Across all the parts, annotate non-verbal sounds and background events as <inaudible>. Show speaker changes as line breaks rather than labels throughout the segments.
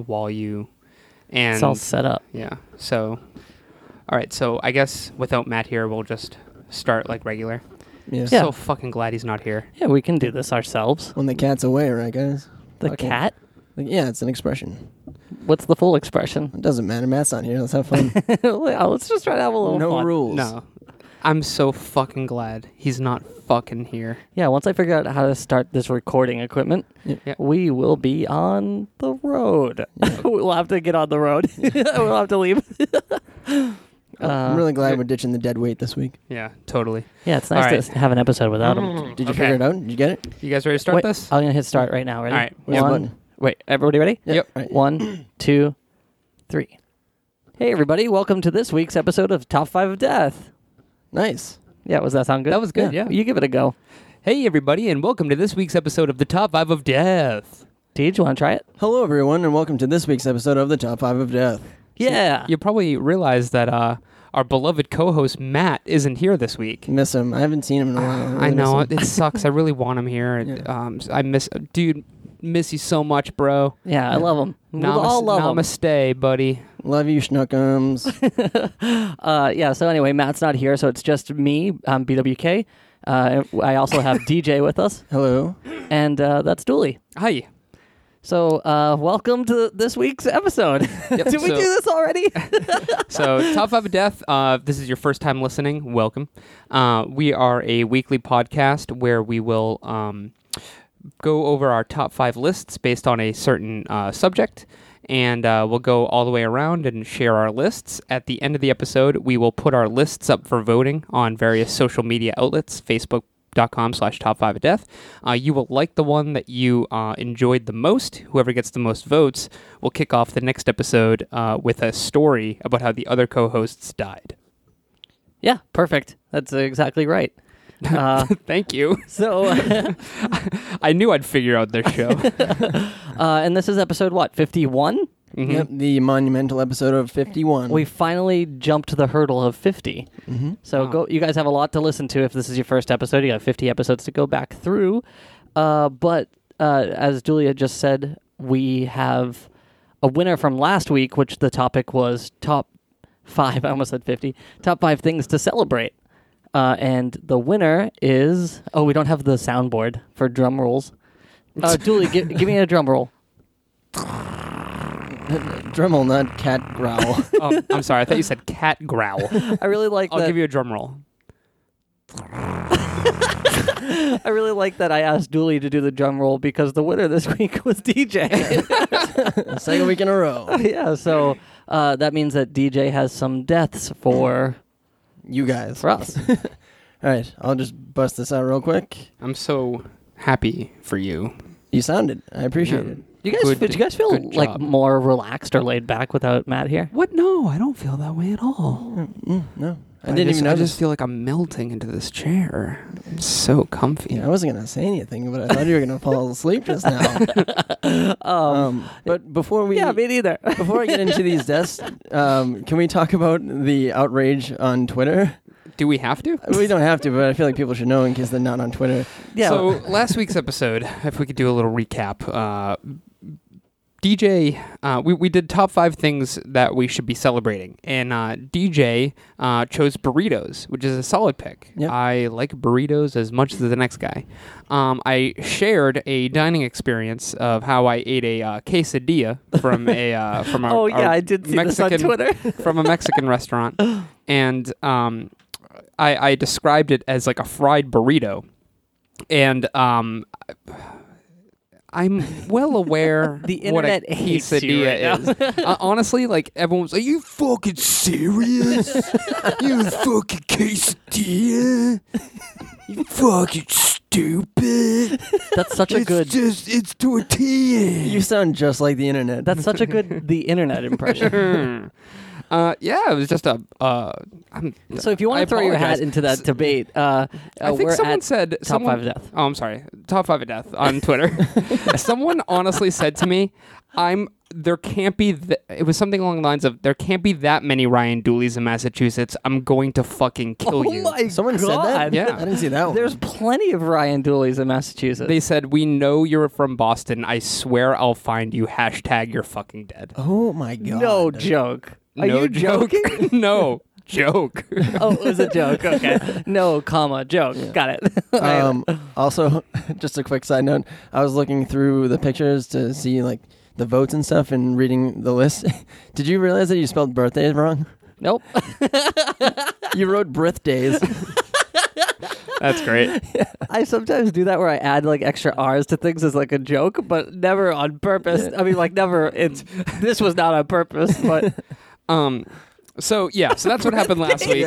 while you and
it's all set up.
yeah. So all right, so I guess without Matt here, we'll just start like regular.
Yeah.
Yeah.
So fucking glad he's not here.
Yeah, we can do this ourselves.
When the cat's away, right, guys?
The
Okay.
cat?
Like, yeah, it's an expression.
What's the full expression? <laughs>
It doesn't matter. Matt's not here. Let's
<laughs>
have fun.
Yeah, Let's just try to have a little
no
fun.
rules.
No. I'm so fucking glad he's not fucking here.
Yeah, once I figure out how to start this recording equipment,
Yeah.
Yeah.
we will be on the road. <laughs> we'll have to get on the road. <laughs> we'll have to leave. <laughs>
Uh,
Uh,
I'm Oh, really glad
yeah.
we're ditching the dead weight this week.
Yeah, totally.
Yeah, it's
All
nice
right. Mm.
to have an episode without him.
Did you
Okay.
figure it out? Did you get it?
You guys ready to start
Wait, uh,
this?
I'm gonna hit start right now. Ready?
All right.
Where's the
One-
button?
Wait, everybody ready?
Yeah,
Yep.
Right.
One, two,
<clears throat>
three. Hey, everybody! Welcome to this week's episode of Top Five of Death.
Nice.
Yeah, was that sound good?
That was good, yeah.
you give it a go.
Hey everybody and welcome to this week's episode of the Top 5 of Death.
Deej, you want to try it?
Hello, everyone, and welcome to this week's episode of the Top Five of Death.
Yeah.
You probably realize that uh our beloved co-host Matt isn't here this week.
Miss him. I haven't seen him in a while. really
I
miss
know
him.
it sucks. I really want him <laughs> here. and
Yeah.
Um, s- I miss, dude, miss you so much, bro.
yeah, I love him. We
Namas-
all love 'em.
namaste, buddy.
Love you, schnuckums.
<laughs>
Uh, yeah. So anyway, Matt's not here, so it's just me, um, BWK. Uh, and I also have <laughs> DJ with us,
Hello.
and uh, that's Dooley.
<laughs> Hi.
So uh, welcome to this week's episode. <laughs>
Yep,
Did we
so-
do
<laughs>
this already?
So, top five of death. Uh, if this is your first time listening. Welcome. Uh, we are a weekly podcast where we will um, go over our top five lists based on a certain uh, subject. And uh, we'll go all the way around and share our lists. At the end of the episode, we will put our lists up for voting on various social media outlets Facebook, com slash top five of death uh, you will like the one that you uh, enjoyed the most whoever gets the most votes will kick off the next episode uh, with a story about how the other co-hosts died
yeah, perfect. That's exactly right.
<laughs>
Uh,
thank you
so, <laughs> uh,
i knew i'd figure out this show
and this is episode what fifty one.
Mhm.
Yep. The monumental episode of 51.
Mm-hmm.
We finally jumped the hurdle of 50. So
Wow.
go. You guys have a lot to listen to. If this is your first episode, you got 50 episodes to go back through. Uh, but uh, as Julia just said, we have a winner from last week, which the topic was top five. <laughs> I almost said 50. Top five things to celebrate. Uh, and the winner is oh, we don't have the soundboard for drum rolls.
<laughs>
Uh, Julie, give, give me a drum roll.
Dremel, not cat
<laughs>
growl. <laughs>
oh, i'm sorry i thought you said cat growl
I really like.
i'll
that.
give you a drum roll
I really like that I asked Dooley to do the drum roll because the winner this <laughs> week
<laughs>
was DJ.
Second week in a row.
yeah, so uh, that means that DJ has some deaths for
You guys.
<laughs>
for us.
All right. I'll just bust this out real quick.
i'm so happy for you
You sounded. I appreciate
Yeah.
it.
You guys,
Good-
did you guys feel
good
like
job.
more relaxed or laid back without Matt here?
what no i don't feel that way at all
Hmm.
No, I
I
didn't
just,
even
I
notice.
just feel like I'm melting into this chair. I'm so comfy.
Yeah, I wasn't gonna say anything, but I thought you were gonna fall asleep just now. um, but before we,
yeah, me neither. <laughs>
before I get into these deaths, um, can we talk about the outrage on Twitter?
Do we have
<laughs>
to?
We don't have to, but I feel like people should know in case they're not on Twitter.
yeah,
So last week's episode, if we could do a little recap, uh, DJ, uh, we we did top five things that we should be celebrating, and uh, DJ uh, chose burritos, which is a solid pick.
Yep.
I like burritos as much as the next guy. Um, I shared a dining experience of how I ate a uh, quesadilla from a uh,
<laughs>
from our
oh yeah,
our
I did see this
Mexican-
on
<laughs>
Twitter.
from a Mexican restaurant,
<laughs>
and um, I, I described it as like a fried burrito, and um, I'm well aware
<laughs> The
what a
internet hates you
quesadilla
right
is. uh, honestly, like everyone was like, "You fucking
<laughs>
serious? you fucking quesadilla? You fucking
<laughs>
stupid?
That's such a
it's
good.
just it's tortilla.
<laughs>
You sound just like the internet.
That's such a good the
<laughs>
internet impression.
Uh, yeah, it was just a. Uh, I'm,
So if you want
I
to throw your
apologize.
hat into that debate, uh,
I
uh,
think
we're
someone
at
said
top
someone,
five of death.
Oh, I'm sorry. Top five of
<laughs>
death on Twitter. someone honestly said to me, "I'm there can't be th- it was something along the lines of there can't be that many Ryan Dooleys in Massachusetts. I'm going to fucking
Oh <laughs>
kill you.
Someone said that.
Yeah.
I didn't see that one.
There's plenty of Ryan Dooleys in Massachusetts.
They said, "We know you're from Boston. I swear I'll find you." Hashtag you're fucking dead.
oh my god.
no joke. Are
no
you
joke.
joking?
<laughs> no joke.
<laughs> oh, it was a <laughs> joke. Okay. No, comma, joke. Got it. <laughs>
Um, also, <laughs> just a quick side note. I was looking through the pictures to see like the votes and stuff, and reading the list. <laughs> Did you realize that you spelled birthdays wrong?
<laughs> nope.
You wrote birthdays.
That's great.
I sometimes do that where I add like extra R's to things as like a joke, but never on purpose. I mean, like never. It's <laughs> this was not on purpose, but
Um, so yeah, so that's what happened last week.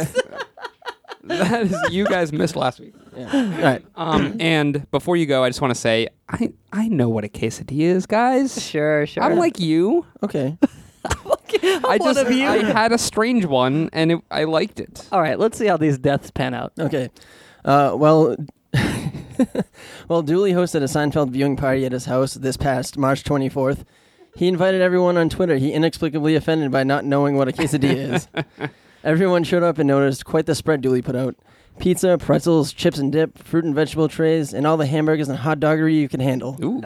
that is, you guys missed last week.
yeah. All right.
<clears throat>
Um, and before you go, I just want to say, I I know what a quesadilla is, guys.
<laughs> sure, sure. <laughs>
I'm like you.
Okay.
I
one
just
of you.
I had a strange one, and it, I liked it.
all right. Let's see how these deaths pan <laughs> out.
Okay. Uh, well, <laughs> well, Dooley hosted a Seinfeld viewing party at his house this past March 24th. He invited everyone on Twitter. He inexplicably offended by not knowing what a quesadilla is. Everyone showed up and noticed quite the spread Dooley put out. Pizza, pretzels, chips and dip, fruit and vegetable trays, and all the hamburgers and hot doggery you can handle.
Ooh,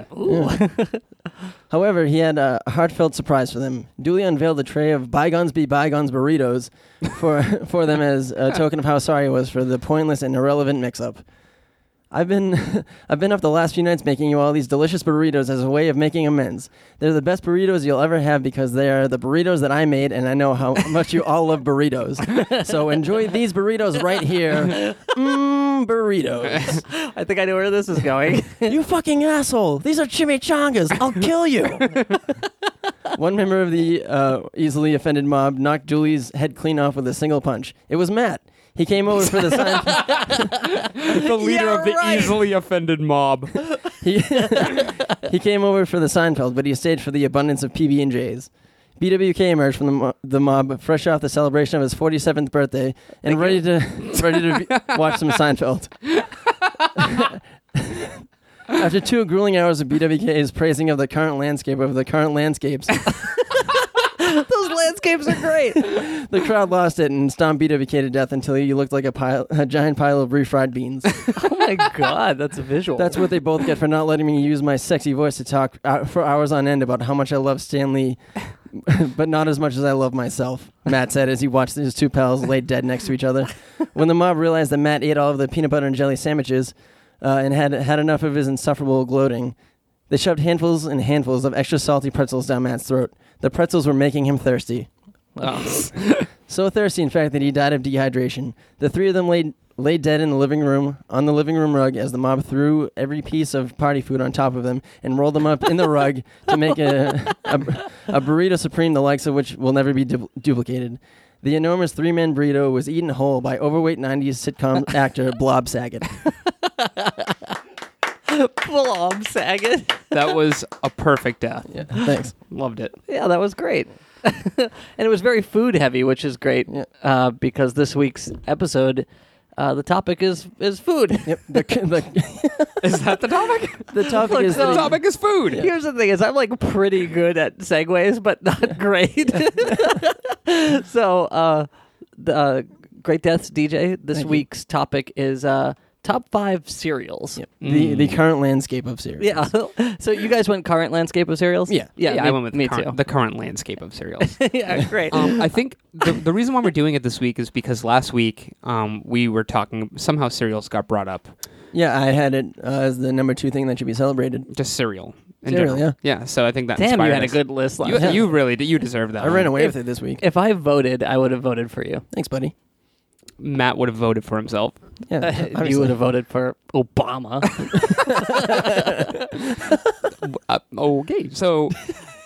However, he had a heartfelt surprise for them. Dooley unveiled a tray of bygones be bygones burritos for for them as a token of how sorry he was for the pointless and irrelevant mix-up. I've been <laughs> I've been up the last few nights making you all these delicious burritos as a way of making amends. They're the best burritos you'll ever have because they are the burritos that I made, and I know how much you all love burritos. So enjoy these burritos right here. Mmm, burritos.
I think I know where this is going.
<laughs> You fucking asshole! These are chimichangas. <laughs> I'll kill you. One member of the uh, easily offended mob knocked Dooley's head clean off with a single punch. It was Matt. He came over for <laughs> the
<laughs>
Seinfeld.
the leader
<laughs> Yeah,
of the
right.
easily offended
<laughs>
mob.
He, <laughs> he came over for the Seinfeld, but he stayed for the abundance of PB and J's. BWK emerged from the, mo- the mob, fresh off the celebration of his 47th birthday, and ready to ready to be- watch some Seinfeld. <laughs> After two grueling hours of BWK's praising of the current landscape of the current landscapes,
<laughs> Those landscapes are great.
the crowd lost it and stomped BWK to death until he looked like a pile, a giant pile of refried beans.
<laughs> oh my god, that's a visual.
That's what they both get for not letting me use my sexy voice to talk uh, for hours on end about how much I love Stanley, <laughs> but not as much as I love myself, Matt said as he watched his two pals laid dead next to each other. When the mob realized that Matt ate all of the peanut butter and jelly sandwiches uh, and had had enough of his insufferable gloating, they shoved handfuls and handfuls of extra salty pretzels down Matt's throat. The pretzels were making him thirsty.
<laughs>
Oh.
So thirsty, in fact, that he died of dehydration. The three of them laid lay dead in the living room on the living room rug as the mob threw every piece of party food on top of them and rolled them up in the rug to make a, <laughs> a, a burrito supreme, the likes of which will never be du- duplicated. The enormous three-man burrito was eaten whole by overweight '90s
<laughs>
sitcom actor Blob Saget.
full on Saget.
that was a perfect death.
Yeah, <laughs> thanks.
Loved it.
Yeah, that was great. <laughs> and it was very food heavy, which is great
Yeah.
uh, because this week's episode, uh, the topic is is food.
Yep. The, the,
Is that the
<laughs>
topic?
the topic
Look,
is
the
that he-
topic is food.
Here's the thing: is I'm like pretty good at segues, but not great. <laughs> so, uh, the uh, great deaths, DJ. This
Thank you.
week's topic is uh, top five cereals.
yep, the, the current landscape of Syria.
<laughs> Yeah. so you guys went current landscape of cereals.
Yeah.
Yeah. me,
I went with
me
current, the current landscape of
<laughs>
cereals.
too. yeah.
<laughs>
Great.
um, I think the, the reason why we're doing it this week is because last week um, we were talking somehow cereals got brought up,
Yeah, I had it uh, as the number two thing that should be celebrated.
just cereal. In
Cereal,
general. yeah. So I think that
Damn, you
inspired
had a
us.
good list. Last
You,
time.
you really did. You deserve that.
I ran
one.
away
Uh, If-
with it this week.
If I voted, I would have voted for you.
Thanks, buddy.
Matt would have voted for himself.
Yeah,
<laughs>
obviously.
Uh, you would have voted for Obama.
Uh, okay, so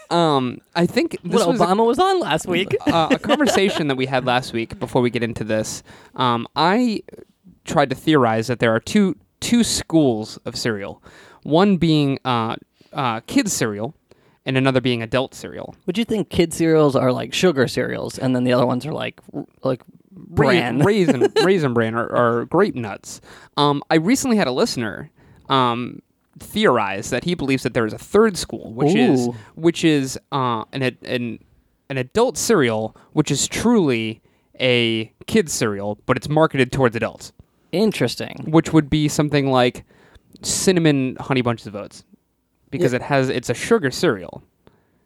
um, I think <laughs> this
when
was a-
Obama was on last week.
<laughs> uh, a conversation that we had last week before we get into this. Um, I tried to theorize that there are two two schools of cereal, one being uh, uh, kids cereal, and another being adult cereal.
Would you think kid cereals are like sugar cereals, and then the other ones are like like
Rai-
bran?
<laughs>
raisin, raisin bran, or, or grape nuts. Um, I recently had a listener um, theorize that he believes that there is a third school, which is
Ooh.
which is uh, an, an an an adult cereal, which is truly a kid's cereal, but it's marketed towards adults,
Interesting.
which would be something like cinnamon honey bunches of oats, because it has it's a sugar cereal,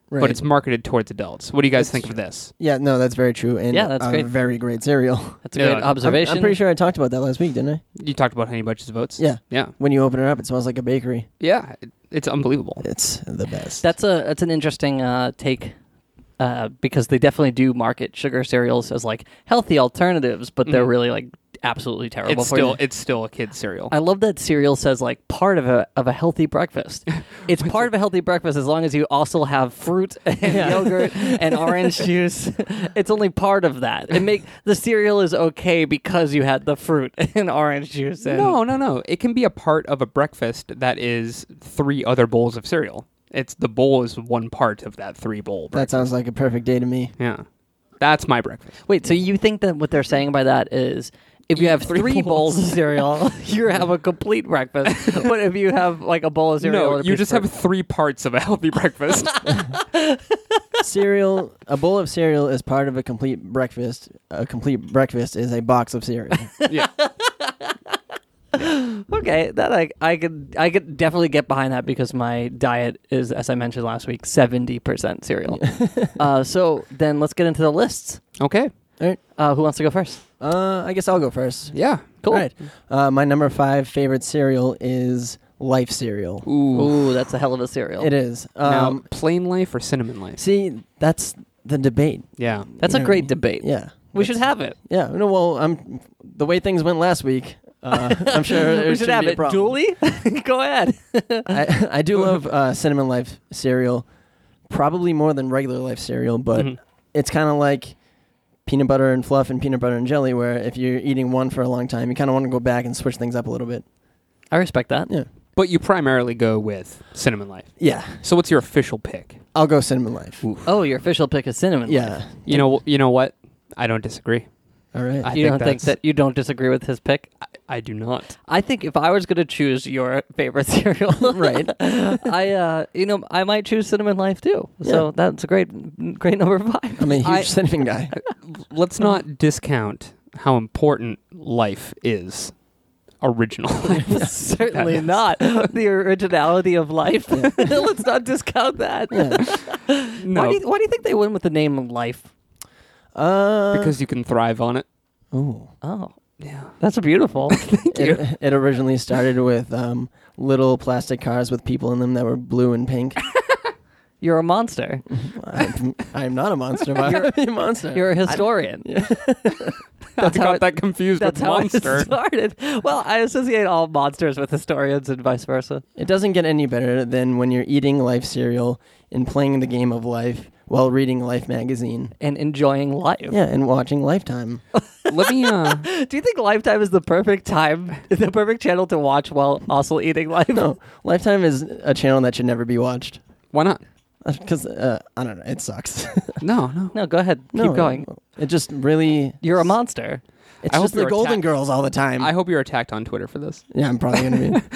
Right.
but it's marketed towards adults. What do you guys
That's
think for this?
yeah, no, that's very true. And
Yeah, that's
a
great.
very great cereal. <laughs>
That's a
Yeah.
good
I'm- I'm
observation.
I'm, I'm pretty sure I talked about that last week, didn't I?
You talked about honey bunches of oats.
Yeah.
yeah,
When you open it up, it smells like a bakery.
yeah. It, it's unbelievable.
It's the best.
That's a that's an interesting uh, take uh, because they definitely do market sugar cereals as like healthy alternatives, but they're
Mhm.
really like absolutely terrible
It's
for
still
you.
it's still a kid's cereal.
I love that cereal says like part of a of a healthy breakfast.
<laughs>
It's part of a healthy breakfast as long as you also have fruit <laughs> and yogurt
<laughs>
and orange juice. <laughs> It's only part of that. It make the cereal is okay because you had the fruit <laughs> and orange juice and
no, no, no. It can be a part of a breakfast that is three other bowls of cereal. It's the bowl is one part of that three bowl.
that sounds like a perfect day
<laughs>
to me.
yeah, that's my breakfast.
Wait, so you think that what they're saying by that is if you have three, bowls. of cereal, <laughs> you have a complete breakfast.
<laughs>
but if you have like a bowl of cereal,
No,
and a
you
piece
just
of
have three parts of a healthy
<laughs>
breakfast.
cereal, a bowl of cereal is part of a complete breakfast. A complete breakfast is a box
<laughs>
of cereal.
yeah,
fruit. okay, that I I could I could definitely get behind that because my diet is, as I mentioned last week, seventy percent
<laughs>
cereal. uh, so then let's get into the lists.
Okay.
Uh, who wants to go first?
uh, I guess I'll go first.
Yeah.
Cool.
All right. Uh, my number five favorite cereal is Life cereal.
Ooh.
Ooh, that's a hell of a cereal.
It is.
now,
Um,
plain life or cinnamon life?
see, that's the debate.
Yeah.
that's a
Yeah.
great debate.
Yeah.
We should have it.
Yeah. No. Well, I'm the way things went last week. Uh,
<laughs>
I'm sure there
we should
shouldn't
have
be a
it.
problem.
Julie, <laughs> go ahead.
I, I
<laughs>
do love uh, cinnamon life cereal, probably more than regular life cereal, but
Mm-hmm.
Mhm.
it's kind of like peanut butter and fluff and peanut butter and jelly, where if you're eating one for a long time, you kind of want to go back and switch things up a little bit.
I respect that.
Yeah.
But you primarily go with cinnamon life.
Yeah.
So what's your official pick?
I'll go cinnamon life.
Oh, your official pick is cinnamon.
Yeah.
You know. You know what? I don't disagree.
All right.
I
you
think
don't think
that's-
that you don't disagree with his pick?
I do not.
I think if I was going to choose your favorite <laughs> cereal,
Right.
<laughs> I uh, you know, I might choose Cinnamon Life too. So
Yeah.
that's a great, great
<laughs>
number five. <laughs>
I'm a huge
I-
cinnamon guy.
Let's not discount how important life is. Original life.
Certainly not the originality of life. <laughs> Let's not discount that.
Yeah.
<laughs> No.
Why, do you, why do you think they went with the name Life?
Uh,
because you can thrive on it.
ooh,
Oh,
Yeah.
that's beautiful.
it, it originally started with um, little plastic cars with people in them that were blue and pink.
You're a monster.
I'm, I'm not a monster, but <laughs> I'm a monster.
You're a historian.
<laughs>
<laughs>
That's <laughs> I
how
got
it-
that confused
That's
with
how
monster.
it started. Well, I associate all monsters with historians and vice versa.
It doesn't get any better than when you're eating life cereal and playing the game of life while reading Life magazine.
and enjoying life.
Yeah, and watching <laughs> Lifetime.
<laughs> Let me. Uh,
<laughs> Do you think Lifetime is the perfect time, <laughs> the perfect channel to watch while also eating life?
No, Lifetime is a channel that should never be watched
why not?
because uh, I don't know, it sucks. <laughs>
No, no.
No, go ahead.
No,
Keep going.
It just really
You're a monster.
It's
I hope
just the
you're
Golden
attacked.
Girls all the time.
I hope you're attacked on Twitter for this.
yeah, I'm probably gonna be. <laughs>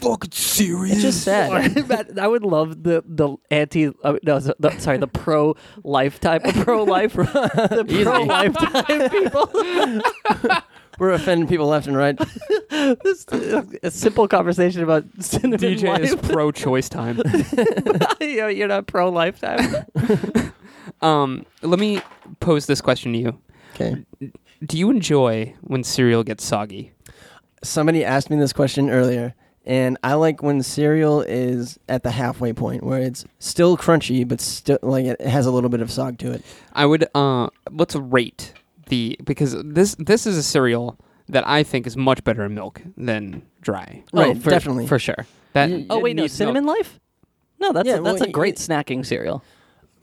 Fucking serious?
<laughs>
it's just
<laughs>
sad.
Matt, I would love the the anti uh, no so- the, sorry the pro lifetime <laughs> pro life <laughs> the pro <laughs> lifetime people.
We're offending people left and <laughs> right.
this uh, a simple conversation about cinnamon
DJ
life. <laughs>
is pro-choice time.
you know, you're not pro lifetime.
um, let me pose this question to you:
Okay.
Do you enjoy when cereal gets soggy?
Somebody asked me this question earlier, and I like when cereal is at the halfway point where it's still crunchy but still like it has a little bit of sog to it.
I would. Uh, let's rate the because this this is a cereal that I think is much better in milk than dry.
Right,
Oh, for-
definitely.
for sure.
That
You-
Oh
it
wait, no
needs
cinnamon life. No, that's
Yeah,
a, that's
well,
a great
it-
snacking cereal.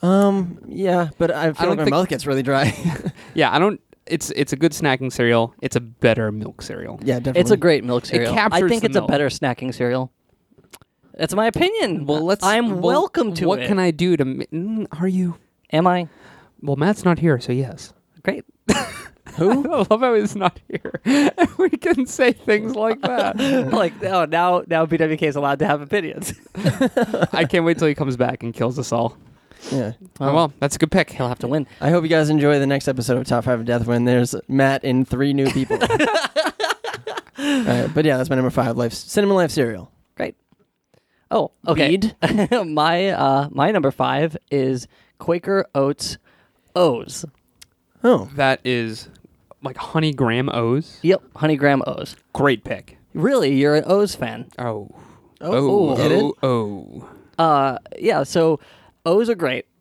Um, yeah, but I feel
don't
like my
think-
mouth gets
<laughs>
really dry.
Yeah, I don't. It's it's a good snacking cereal. It's a better milk cereal.
yeah, definitely.
It's a great milk cereal. I
captures
think
the
it's
milk.
a better snacking cereal. That's my opinion.
Well, let's.
I'm
well,
welcome to
What
it.
can I do to? ma- Mm, are you?
Am I
Well, Matt's not here, so yes. <laughs>
great?
Who? I love how he's not here. <laughs> we can say things <laughs> like that.
like, oh, now now BWK is allowed to have opinions.
I can't wait till he comes back and kills us all.
Yeah.
Oh, well, that's a good pick.
<laughs> he'll have
<laughs>
to win.
I hope you guys enjoy the next episode of Top Five of Death when there's Matt and three new people.
<laughs>
Uh, but yeah, that's my number five. Life, cinnamon life cereal.
Oh, okay. <laughs> my uh, my number five is Quaker Oats O's.
Oh,
That is like honey graham O's.
Yep, Honey Graham O's.
Great pick.
Really, you're an O's fan.
Oh.
Oh, get it?
oh, oh.
Uh, yeah. So O's are great.
<laughs>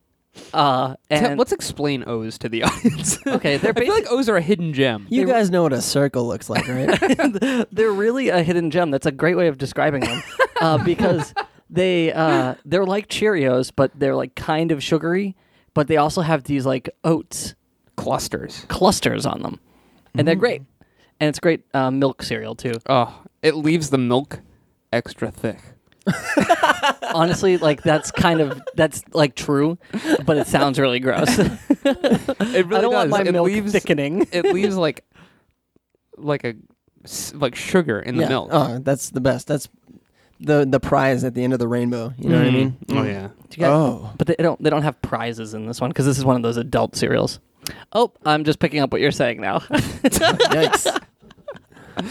Uh,
Te-
and
Let's explain O's to the <laughs> audience.
okay, they're
<laughs> I feel
basi-
like O's are a hidden gem.
you guys know what a circle looks
<laughs>
like, right?
they're really a hidden gem. That's a great way of describing
<laughs>
them, uh, because they uh, they're like Cheerios, but they're like kind of sugary. But they also have these like oats
Clusters.
clusters on them, and
Mm-hmm.
they're great. And it's great uh, milk cereal too.
Oh, it leaves the milk extra thick.
Honestly, like that's kind of that's like true, but it sounds
<laughs>
really gross. <laughs>
It really
I
does.
don't want my
it
milk
leaves <laughs>
thickening.
it leaves like like a s- like sugar in the
yeah.
milk.
Oh, that's the best. That's the the prize at the end of the rainbow. You know what I mean?
Oh <laughs> yeah.
Do you guys-
Oh,
But they don't they don't have prizes in this one because this is one of those adult cereals. Oh, I'm just picking up what you're saying now.
<laughs>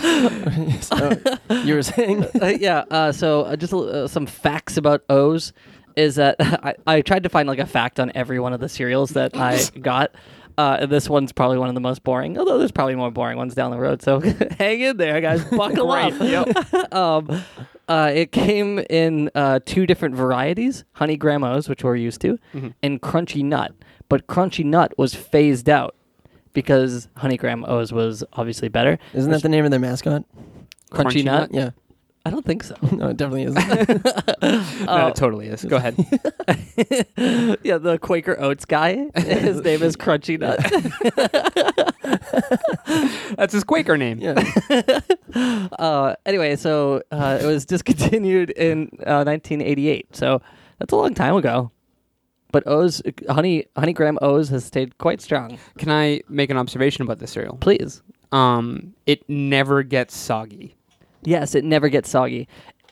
yikes! so, Oh, you were saying
<laughs> uh, yeah. Uh, so uh, just uh, some facts about O's is that <laughs> I, I tried to find like a fact on every one of the cereals that
<laughs>
I got. Uh, and this one's probably one of the most boring, although there's probably more boring ones down the road. So <laughs> hang in there,
<laughs>
guys. Buckle up.
<laughs>
um, uh, it came in uh, two different varieties: honey Graham O's, which we're used to,
Mm-hmm.
and crunchy nut. But crunchy nut was phased out because honey Graham O's was obviously better.
Isn't that the name of their mascot?
Crunchy,
Crunchy Nut?
nut?
Yeah. <laughs>
I don't think so.
No, it definitely <laughs> isn't. Oh.
No, it totally is. Go ahead.
<laughs>
yeah, the Quaker Oats guy. His name is Crunchy Nut.
That's his Quaker name.
yeah.
<laughs> Uh, anyway, so uh, it was discontinued in uh, 1988. So that's a long time ago. But O's honey honeygram O's has stayed quite strong.
Can I make an observation about this cereal?
Please,
Um, it never gets soggy.
yes, it never gets soggy.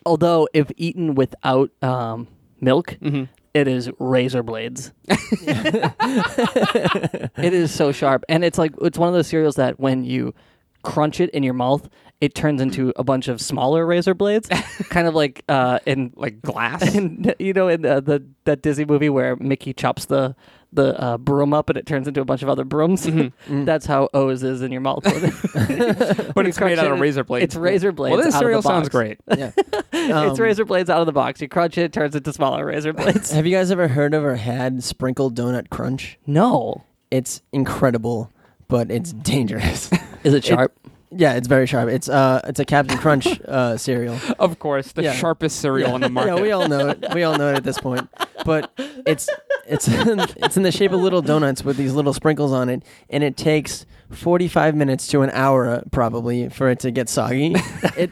Although if eaten without um, milk, it is razor blades. it is so sharp, and it's like it's one of those cereals that when you crunch it in your mouth, it turns into a bunch of smaller razor blades, kind of like uh, in
Like
<laughs>
glass.
in you know in uh, the that Disney movie where Mickey chops the the uh, broom up and it turns into a bunch of other brooms.
Mm-hmm.
That's how O's is in your
<laughs>
mouth.
but it's made out of razor blades.
It's razor blades.
Well, this
out
cereal
of the
sounds
box.
<laughs>
great. Um,
Yeah.
it's razor blades out of the box. You crunch it, it turns into smaller razor blades.
Have you guys ever heard of or had sprinkled donut crunch?
<laughs> no,
It's incredible, but it's <laughs> dangerous.
is it sharp?
yeah, it's very sharp. It's uh, it's a Captain Crunch uh, cereal.
Of course, the
Yeah.
sharpest cereal on the market.
<laughs> Yeah, we all know it. We all know it at this point. But it's it's <laughs> it's in the shape of little donuts with these little sprinkles on it, and it takes forty five minutes to an hour uh, probably for it to get
<laughs>
soggy. <laughs>
<laughs>
It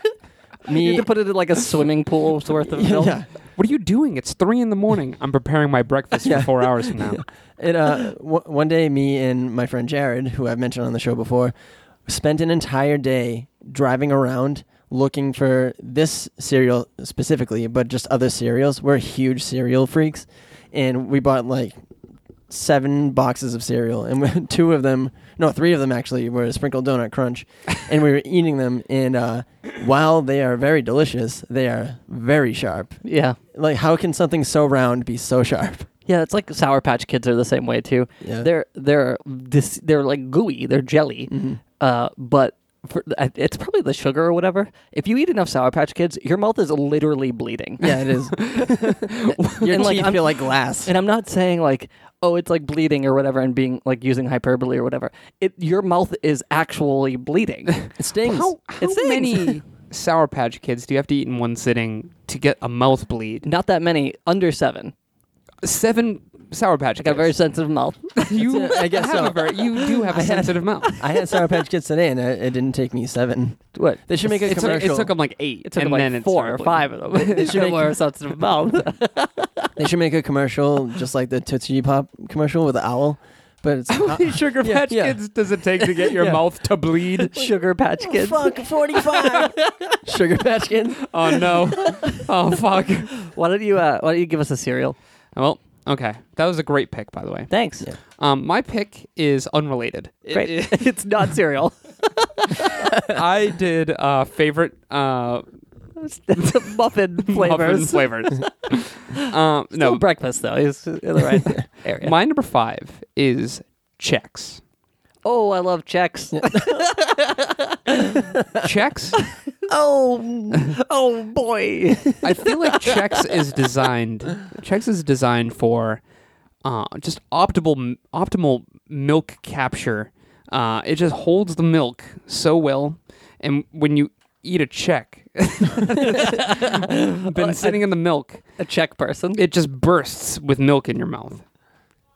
you
me
have to put it in like a swimming pool's worth of <laughs> milk.
yeah.
What are you doing? It's three in the morning. I'm preparing my breakfast
Yeah.
for four hours
<laughs>
from now.
It uh, w- one day, me and my friend Jared, who I've mentioned on the show before, spent an entire day driving around looking for this cereal specifically, but just other cereals. We're huge cereal freaks, and we bought like seven boxes of cereal, and we- <laughs> two of them, no, three of them actually were sprinkled donut crunch, and we were eating them. And uh, while they are very delicious, they are very sharp.
yeah,
Like, how can something so round be so sharp?
yeah. It's like Sour Patch Kids are the same way too.
Yeah.
They're they're dis- they're like gooey. They're jelly.
Mm-hmm.
Uh, but for, I- it's probably the sugar or whatever. If you eat enough Sour Patch Kids, your mouth is literally bleeding.
Yeah, it is. <laughs> Your
And, like,
teeth
I'm-
feel like glass.
And I'm not saying like, oh, it's like bleeding or whatever, and being like using hyperbole or whatever. It your mouth is actually bleeding.
<laughs> It stings.
How, how
stings.
<laughs>
many Sour Patch Kids do you have to eat in one sitting to get a mouth bleed?
not that many under seven.
Seven Sour Patch
Got a
Kids.
very sensitive mouth. <laughs>
you
<laughs> I guess
have
so.
a very, you do have a sensitive mouth.
<laughs> <laughs> I had Sour Patch Kids today, and it, it didn't take me seven.
What?
They should make a
It took,
commercial.
it took them like eight.
It took
and
them, like
then it
four or
started bleeding.
five of
<laughs>
them. They
should make-
more sensitive mouth.
they should make a commercial just like the Tootsie Pop commercial with the owl, but
<laughs>
it's
How many Sugar
<laughs> Yeah,
Patch
yeah.
Kids does it take to get your
<laughs> Yeah.
mouth to bleed?
<laughs> Sugar Patch Kids.
fuck forty five. <laughs> Sugar Patch Kids. <laughs>
Oh no! Oh fuck!
Why don't you? Uh, why don't you give us a cereal?
Well, Okay, that was a great pick, by the way.
Thanks.
Yeah.
Um, my pick is unrelated. It-
Great.
it-
<laughs> it's not <laughs> cereal.
<laughs> I did uh, favorite uh,
it's a muffin
muffin <laughs>
flavors. <laughs>
flavors. um,
Still
no,
breakfast though. Is in the <laughs> right area.
my number five is checks.
oh, I love checks.
Checks.
<laughs> oh, oh boy.
I feel like checks is designed. Checks is designed for uh, just optimal optimal milk capture. Uh, it just holds the milk so well, and when you eat a check, <laughs>
Oh,
been sitting in the milk,
a check person.
it just bursts with milk in your mouth.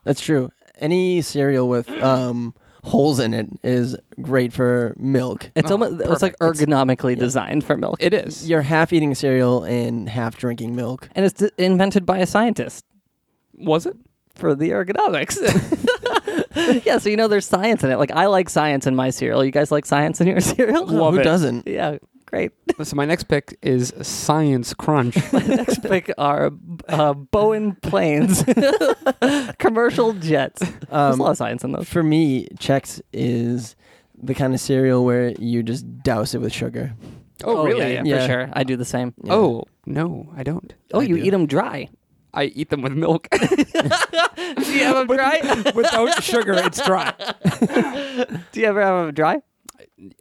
That's true. Any cereal with um, holes in it is great for milk.
It's
Oh,
almost it's like
perfect.
ergonomically designed for milk,
It is.
You're half eating cereal and half drinking milk.
and it's d- invented by a scientist
Was it?
for the <laughs> ergonomics. yeah, so you know there's science in it. Like I like science in my cereal. You guys like science in your <laughs> cereal?
Love
Who
it.
doesn't?
Yeah, great.
So my next pick is Science <laughs> Crunch.
Next pick are uh, Bowen planes, <laughs> commercial jets. There's a lot
Um,
of science in those.
for me, Chex is the kind of cereal where you just douse it with sugar.
Oh, Yeah, yeah,
Yeah.
for sure. I do the same.
Yeah.
Oh no, I don't.
Oh,
I
you
do.
eat them dry.
I eat them with milk.
Do you have them <laughs> dry?
<laughs> Without sugar, it's dry.
do you ever have them dry?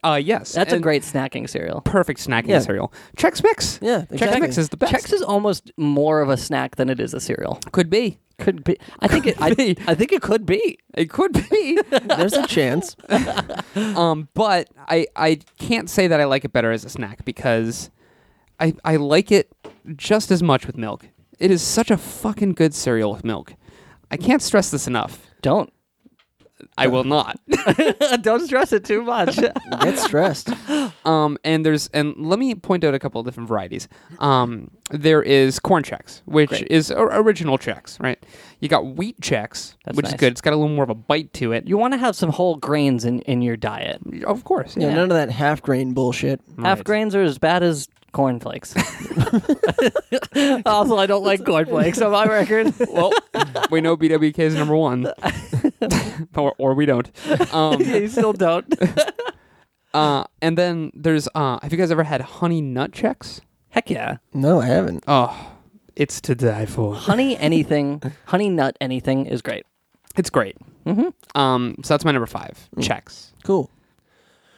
Uh, yes.
That's a
and
great snacking cereal.
perfect snacking
Yeah.
cereal. Chex Mix.
Yeah,
Chex
exactly.
Mix is the best.
Chex is almost more of a snack than it is a cereal.
could be.
Could be. I think it. I,
be.
I think it could be.
It could <laughs> be.
There's a chance.
um, but I I can't say that I like it better as a snack because I I like it just as much with milk. It is such a fucking good cereal with milk. I can't stress this enough.
<laughs> Don't.
I will not. <laughs>
Don't stress it too much.
Get <laughs> stressed.
Um, and there's and let me point out a couple of different varieties. Um, there is corn checks, which
Great.
is or- original checks, right? You got wheat checks,
That's
which
nice.
is good. It's got a little more of a bite to it.
<laughs> you want to have some whole grains in, in your diet.
Of course,
Yeah,
Yeah.
none of that half grain bullshit.
Half
Right.
grains are as bad as cornflakes.
<laughs>
also, I don't like cornflakes on
<laughs>
my record.
well, we know BWK is number one, <laughs> or, or we don't.
yeah,
Um,
you still don't.
uh, and then there's uh, have you guys ever had honey nut checks?
Heck yeah.
No, I haven't.
Oh, it's to die for.
Honey anything, honey nut anything is great.
It's great.
Mhm.
Um, so that's my number five. Checks.
Cool.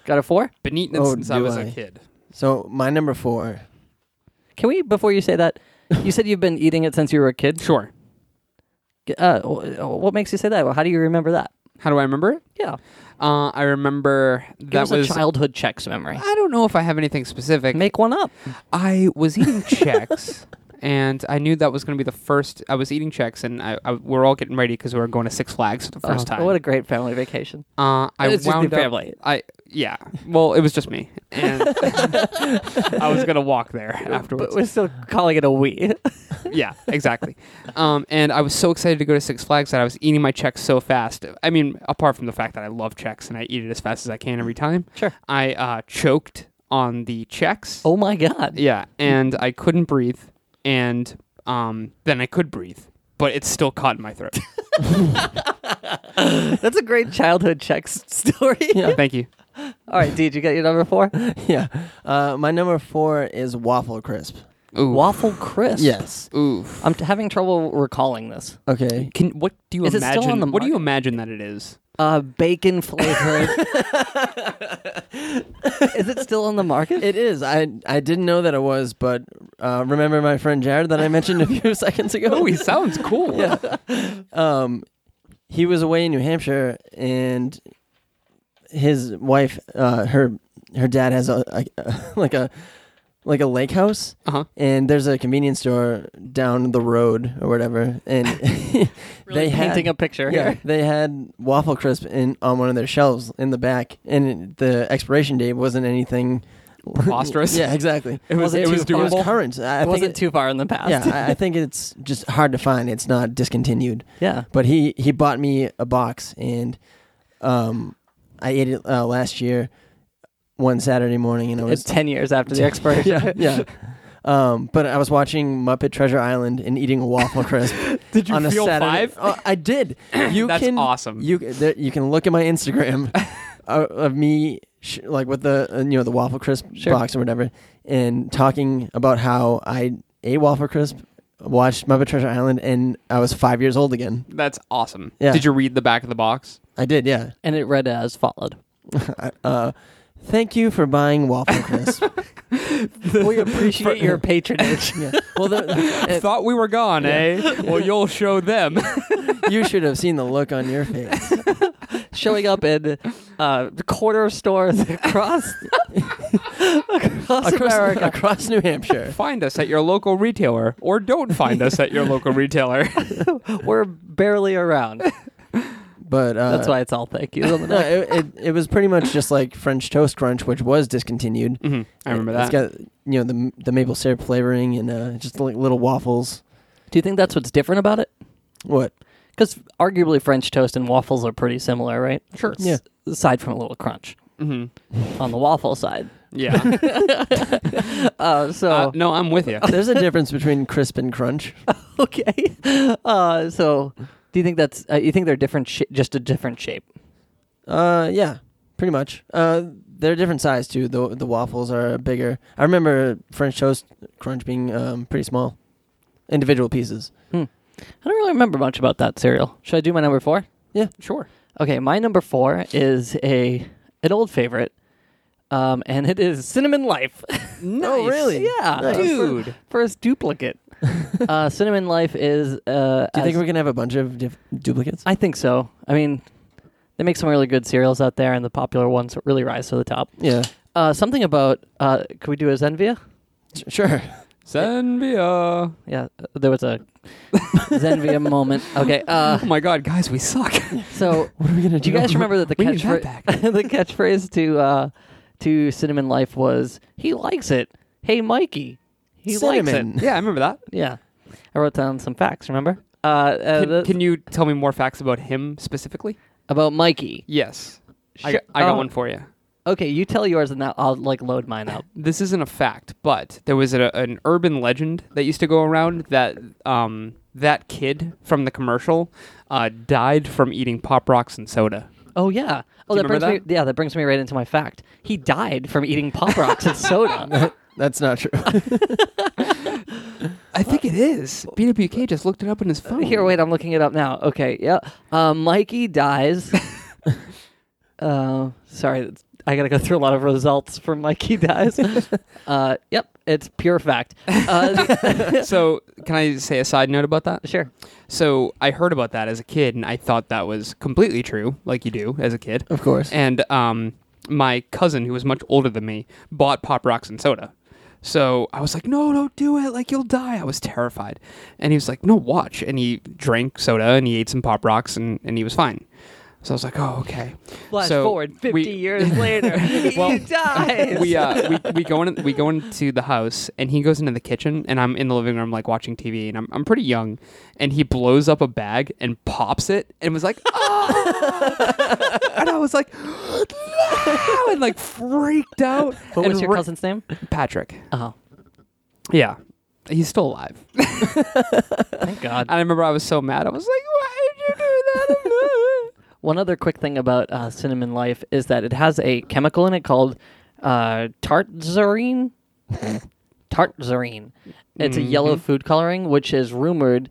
Got a four?
Been eating it
Oh,
since I
do
was a
I.
kid.
So my number four.
Can we, before you say that, you said you've been eating it since you were a kid.
Sure.
Uh, wh- what makes you say that? How do you remember that?
How do I remember it?
Yeah.
Uh, I remember
That
that
was, a childhood checks memory.
I don't know if I have anything specific.
Make one up.
I was eating
<laughs>
checks, and I knew that was going to be the first. I was eating checks, and I, I, we're all getting ready because we were going to Six Flags for the first
Oh,
time.
What a great family vacation.
uh, I
It's just
wound
the
up-
family.
I yeah. Well, it was just me,
<laughs>
and <laughs> I was gonna walk there
But
afterwards.
we're still calling it
<laughs>
a we.
yeah, exactly. Um, and I was so excited to go to Six Flags that I was eating my checks so fast. I mean, apart from the fact that I love checks and I eat it as fast as I can every time.
Sure.
I uh, choked on the checks.
oh my god.
Yeah, and I couldn't breathe, and um, then I could breathe, but it's still caught in my throat.
<laughs> That's a great childhood checks story.
Yeah.
Thank you.
All right, did you get your number four?
<laughs> yeah. Uh, my number four is waffle crisp.
Ooh.
Waffle crisp.
Yes.
Oof.
I'm t- having trouble recalling this.
<laughs> Okay.
Can what do you
Is it still
imagine?
on the
what do you imagine that it is?
Uh, bacon flavored. <laughs> Is it still on the market?
It is. I I didn't know that it was, but uh, remember my friend Jared that I mentioned a <laughs> few seconds ago.
Oh, he sounds cool.
yeah. Um, he was away in New Hampshire, and his wife, uh, her her dad has a, a <laughs> like a like a lake house,
Uh huh.
and there's a convenience store down the road or whatever, and <laughs> they
painting
had.
a picture
Yeah,
here.
they had waffle crisp in on one of their shelves in the back, and it- the expiration date wasn't anything
Preposterous.
<laughs> yeah, exactly.
It was.
Was it
It was
too
It was
doable.
current. I I
It
think
wasn't
it-
too far in the past.
Yeah, I, I think it's just hard to find. It's not discontinued.
<laughs> yeah.
But he he bought me a box, and um, I ate it uh, last year, one Saturday morning, and it
It's
was
<laughs>
<laughs>
ten years after the expiration.
<laughs> yeah yeah. Um, but I was watching Muppet Treasure Island and eating a waffle crisp
<laughs> Did you
on a
feel
Saturday.
five?
Oh, I did.
<clears throat>
You
That's
can,
awesome.
You there, you can look at my
<laughs>
Instagram of, of me sh- like with the uh, you know the waffle crisp
Sure.
box or whatever, and talking about how I ate waffle crisp, watched Muppet Treasure Island, and I was five years old again.
That's awesome.
Yeah.
Did you read the back of the box?
I did, yeah.
and it read as followed.
uh, thank you for buying waffle
<laughs>
crisp.
<laughs> We appreciate your patronage.
yeah. Well, the, it-
Thought we were gone, <laughs> eh? Well, you'll show them.
you should have seen the look on your face.
<laughs> Showing up in uh, corner stores <laughs> across across America.
across New Hampshire.
<laughs> find us at your local retailer, or don't find us at your local <laughs> retailer.
We're barely <laughs> around.
But uh,
That's why it's all thank
<laughs>
yous on the <laughs>
No,
back.
it, it, it was pretty much just like French toast crunch, which was discontinued.
Mhm, I remember that.
It's got you know the the maple syrup flavoring and uh, just like little waffles.
Do you think that's what's different about it?
What?
Because arguably French toast and waffles are pretty similar, right?
Sure.
Yeah.
S- aside from a little crunch
hmm
on the waffle side.
Yeah. <laughs>
Uh, so
Uh, no, I'm with you.
There's a difference between crisp and crunch.
<laughs> okay. Uh, so do you think that's uh, you think they're different, sh- just a different shape?
Uh, yeah, pretty much. Uh, they're different size too. The the waffles are bigger. I remember French toast crunch being um, pretty small, individual pieces.
I don't really remember much about that cereal. Should I do my number four?
Sure.
Okay, my number four is a an old favorite, um, and it is Cinnamon Life. <laughs>
Oh, really?
yeah,
Nice.
Dude.
First duplicate. uh, Cinnamon Life is. Uh,
<laughs> Do you
as-
think we're gonna have a bunch of dif- duplicates?
I think so. I mean, they make some really good cereals out there, and the popular ones really rise to the top.
yeah,
Uh, something about uh, could we do a Zenvia?
S- sure.
Send me a.
Yeah, uh, there
<laughs>
was a Zenvia moment. Okay, uh,
Oh my God, guys, we
<laughs>
suck. <laughs>
so
What are we gonna
do you guys remember that the
We need that
catchphrase <laughs>
back.
the catchphrase to uh, to Cinnamon Life was he likes it. Hey, Mikey, he likes
Cinnamon.
yeah, I remember that.
it. Yeah, I wrote down some facts. Remember uh, uh,
Can,
the-
can you tell me more facts about him specifically?
about Mikey?
Yes. I,
Sh-
got- I got
oh.
one for you.
Okay, you tell yours, and now I'll like load mine up.
This isn't a fact, but there was a, an urban legend that used to go around that um, that kid from the commercial uh, died from eating pop rocks and soda.
Oh yeah. Oh,
Do you
that brings
remember
me. Yeah, that brings me right into my fact. He died from eating pop rocks and
<laughs>
soda.
<laughs> That's not true.
I think it is. BWK just looked it up in his phone.
<laughs> Here, wait, I'm looking it up now. Okay, yeah. Uh, Mikey
<laughs>
dies. uh, sorry, that's- I gotta go through a lot of results for Mikey
<laughs>
dies. uh, yep, it's pure fact.
<laughs>
Uh,
<laughs> so can I say a side note about that?
sure.
So I heard about that as a kid, and I thought that was completely true, like you do as a kid.
of course.
And um, my cousin, who was much older than me, bought Pop Rocks and soda. So I was like, "No, don't do it! Like you'll die." I was terrified, and he was like, "No, watch." And he drank soda and he ate some Pop Rocks, and, and he was fine. So I was like, "Oh, okay."
Flash
So
forward 50
we-
years later,
<laughs>
he
Well, uh,
dies.
we uh
<laughs>
we, we go in we go into the house and he goes into the kitchen and I'm in the living room like watching TV and I'm I'm pretty young and he blows up a bag and pops it and was like "Ah!"
<laughs>
and I was like "No!" and like freaked out.
what
and
was your
ra-
cousin's name?
Patrick?
Oh,
Yeah, he's still
<laughs>
alive.
thank God.
And I remember I was so mad. I was like, why did you do
<laughs>
that?
One other quick thing about uh, Cinnamon Life is that it has a chemical in it called uh, <laughs> tartzarine. tartzarine. It's a yellow food coloring, which is rumored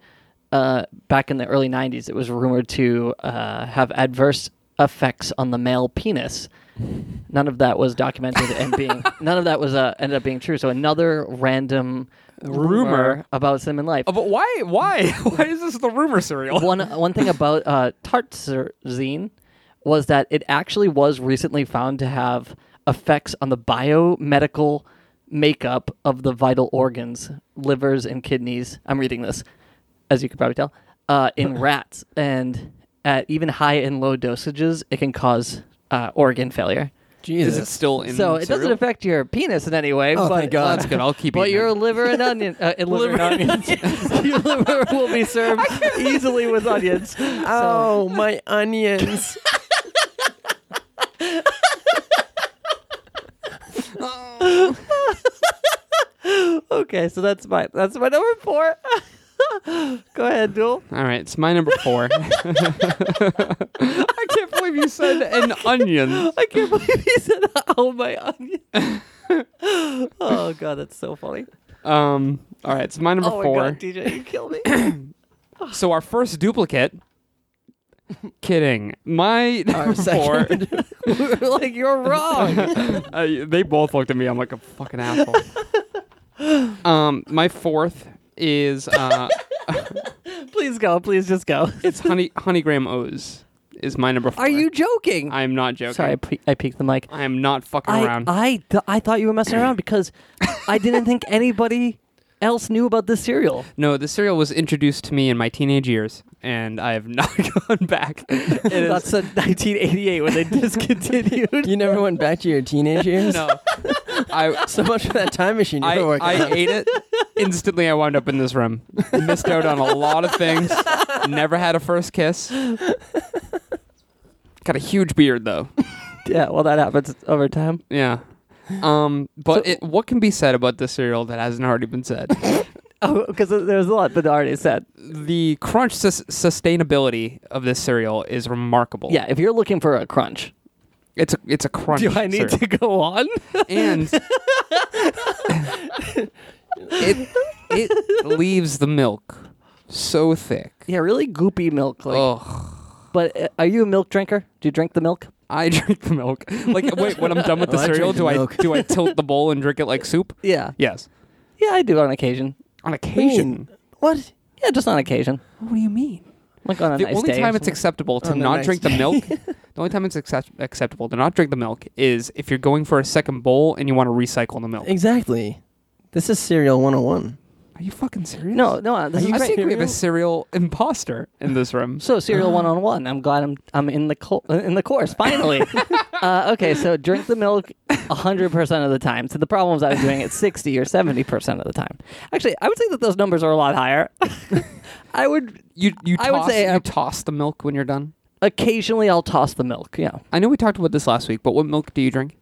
uh, back in the early 90s. It was rumored to uh, have adverse effects on the male penis. None of that was documented and being none of that was uh, ended up being true. So another random rumor,
Rumor.
about Cinnamon Life.
Oh, but why? Why? <laughs> Why is this the rumor cereal?
one one thing about uh, tartrazine was that it actually was recently found to have effects on the biomedical makeup of the vital organs, livers and kidneys. I'm reading this, as you could probably tell, uh, in rats, and at even high and low dosages, it can cause uh, organ failure.
Is it
<laughs> Jesus.
still in?
so it doesn't
cereal?
affect your penis in any way.
Oh,
but,
thank God.
That's good. I'll keep
But
eating
your
it.
liver and onion, uh, and liver, and onions, <laughs> your liver will be served easily with onions.
Oh, my onions.
Okay, so that's my that's my number four. <laughs> Go ahead, Duel.
All right, it's my number four. I can't believe you said an onion.
I can't believe he said, "Oh my onion." <laughs> oh god, that's so funny.
Um, all right, it's my number
oh
four.
my god, DJ, you killed <coughs> me. <laughs>
So our first duplicate. Kidding. My number four.
second
We were like you're wrong.
<laughs> I, they both looked at me. I'm like a fucking asshole. um, my fourth is uh,
please go. Please just go.
it's honey honeygram O's is my number four.
Are you joking?
I'm not joking.
Sorry, I, pe- I peeked the mic.
I am not fucking
I
around.
I, th- I thought you were messing around because I didn't think anybody else knew about this cereal.
no, the cereal was introduced to me in my teenage years, and I have <laughs> not gone back. It is-
That's in 1988 when they discontinued. <laughs>
<laughs> You never went back to your teenage years.
<laughs> no. I
So much for that time machine you
I,
were working. on.
I ate it. Instantly, I wound up in this room. Missed out on a lot of things. Never had a first kiss. Got a huge beard though.
yeah, well, that happens over time.
Yeah. Um, but
So-
it, what can be said about this cereal that hasn't already been said?
Oh, because there was a lot that I already said.
the crunch sus- sustainability of this cereal is remarkable.
Yeah, if you're looking for a crunch,
it's a, it's a Oh. crunch.
do I need
cereal.
to go on?
And it it leaves the milk so thick.
yeah, really goopy milk. Like,
Ugh.
Oh. But uh, are you a milk drinker? Do you drink the milk?
I drink the milk. Like, wait, when I'm done with the
Oh, <laughs> I
cereal,
drink
do
the
I
milk.
do I tilt the bowl and drink it like soup?
Yeah.
Yes.
Yeah, I do on occasion.
On
What do you
occasion.
mean? What?
Yeah, just on occasion.
What do you mean?
Like on a
The
nice
only
day or
time it's
something.
acceptable to
On a
not
nice
drink the
day. <laughs>
milk, the only time it's accept- acceptable to not drink the milk is if you're going for a second bowl and you want to recycle the milk.
Exactly. This is oh cereal 101.
Are you fucking serious?
No, no. This
Are
is
you
I
great.
think we have a Mm.
cereal?
cereal imposter in this room.
<laughs>
<gasps>
So serial one on one. I'm glad I'm I'm in the co- uh, in the course finally. uh, okay, so drink the milk hundred percent of the time. So the problems I was doing it sixty or seventy percent of the time. Actually, I would say that those numbers are a lot higher. <laughs> I would
You you toss,
I would say
you
I-
toss the milk when you're done.
occasionally I'll toss the milk. Yeah,
I know we talked about this last week, but what milk do you drink?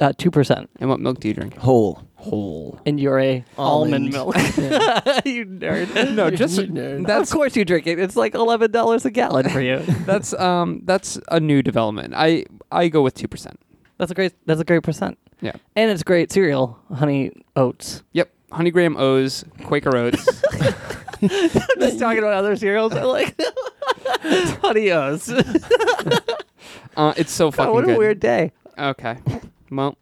uh, two percent.
And what milk do you drink?
Whole.
Whole.
And you're a almond,
Almond.
<laughs> milk. you nerd. <laughs>
No, just
nerd.
that's
of course you drink it. It's like eleven dollars a gallon for <laughs> you.
That's um that's a new development. I I go with two percent.
that's a great. That's a great percent.
Yeah.
And it's great cereal, honey <laughs> oats.
Yep. Honeygram O's, Quaker
<laughs>
Oats.
just talking about other cereals. I like <laughs> honey <laughs> o's.
uh, it's so fucking
what a
good.
weird day.
Okay. Well,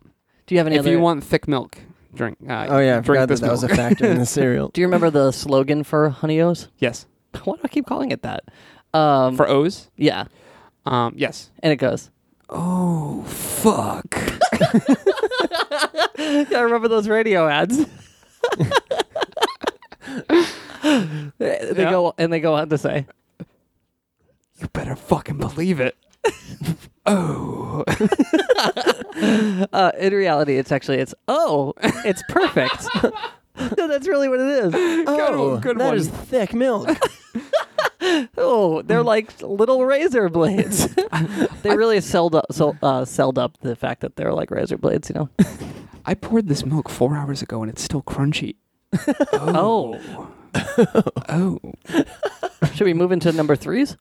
Do you have any
if
other?
you want thick milk, drink. Uh,
Oh yeah, I
drink
forgot that
this
that was a
milk.
factor
<laughs>
in the cereal.
do you remember the slogan for honey o's?
yes.
<laughs> Why do I keep calling it that? Um,
For O's,
yeah,
um, yes.
and it goes.
Oh fuck.
<laughs> Yeah, I remember those radio ads. they they
Yeah.
go and they go on to say,
You better fucking believe
<laughs>
it. oh. <laughs>
uh, in reality, it's actually it's oh, it's perfect. no, that's really what it is.
Oh,
good
that
one.
is
<laughs>
thick milk.
Oh, they're like little razor blades. they really sold up, so, uh, sold up the fact that they're like razor blades, you know.
I poured this milk four hours ago and it's still <laughs> crunchy.
Oh,
<laughs> Oh.
should we move into number threes?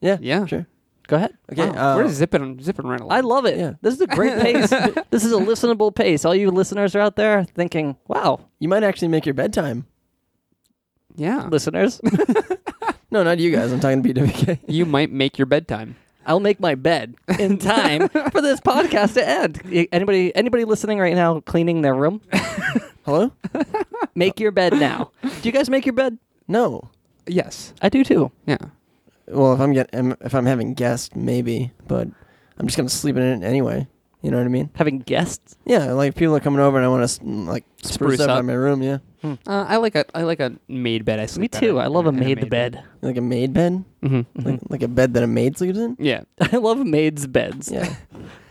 Yeah.
Yeah.
Sure.
Go ahead.
Okay.
Wow,
uh,
We're zipping zipping right along.
I love it.
Yeah.
This is a great pace. this is a listenable pace. All you listeners are out there thinking, "Wow,
you might actually make your bedtime.
yeah.
listeners,
No, not you guys. I'm talking BWK.
<laughs> You might make your bedtime.
I'll make my bed in time for this podcast to end." Y- Anybody, anybody listening right now, cleaning their room, <laughs>
Hello?
make your bed now. Do you guys make your bed?
No.
Yes.
I do too.
Yeah.
Well, if I'm get em- if I'm having guests, maybe, but I'm just gonna sleep in it anyway. You know what I mean?
Having guests.
Yeah, like people are coming over and I want to like spruce,
Spruce
up,
up.
my room. Yeah,
Uh, I like a I like a made bed. I
Me
sleep.
too. I love a maid bed.
like a maid bed,
hmm
like, like a bed that a maid sleeps in.
Yeah.
<laughs> I love maids' beds.
Yeah,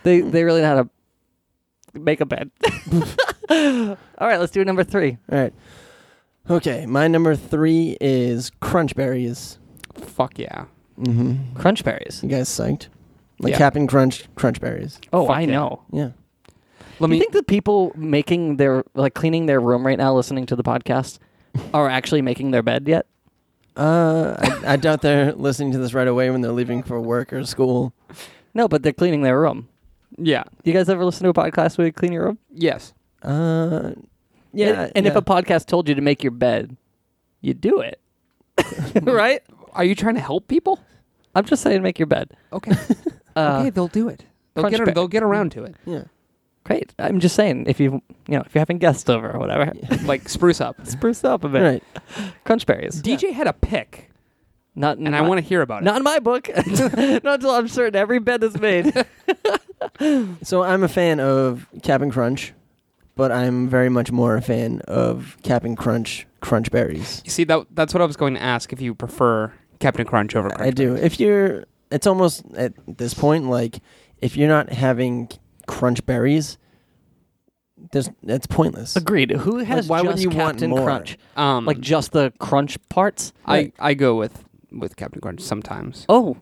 They they really know how to make a bed. <laughs> All right, let's do number three.
all right. Okay, my number three is crunch berries.
Fuck yeah.
Mm-hmm.
Crunch berries.
You guys psyched? Like
Yeah.
Captain Crunch, crunch berries.
Oh,
Fuck
I
yeah.
know.
Yeah.
Let
Do
me.
you think the people making their like cleaning their room right now, listening to the podcast, are actually making their bed yet?
Uh, I, I doubt they're listening to this right away when they're leaving for work or school.
No, but they're cleaning their room.
yeah.
You guys ever listen to a podcast where you clean your room?
<laughs> Yes.
Uh, yeah.
And, and if
yeah.
a podcast told you to make your bed, you do it, right?
Are you trying to help people?
I'm just saying, make your bed.
Okay.
Uh,
okay. They'll do it. They'll
crunch
get. ar-
back.
They'll get around to it.
yeah.
Great. I'm just saying, if you you know if you're having guests over or whatever,
<laughs>
Like spruce <laughs> up.
spruce up a bit.
Right.
Crunch berries.
DJ had a pick,
Not
and I want to hear about it.
Not in my book. <laughs> Not until I'm certain every bed is made.
So I'm a fan of Cap'n Crunch, but I'm very much more a fan of Cap'n Crunch Crunch Berries.
You see that? That's what I was going to ask. If you prefer Captain Crunch over Crunch.
I do. If you're, it's almost at this point like if you're not having Crunch Berries, there's that's pointless.
Agreed. Who has
why would
just
you want
Captain
more?
Crunch?
Um,
Like just the crunch parts?
I, I go with with Captain Crunch sometimes.
Oh,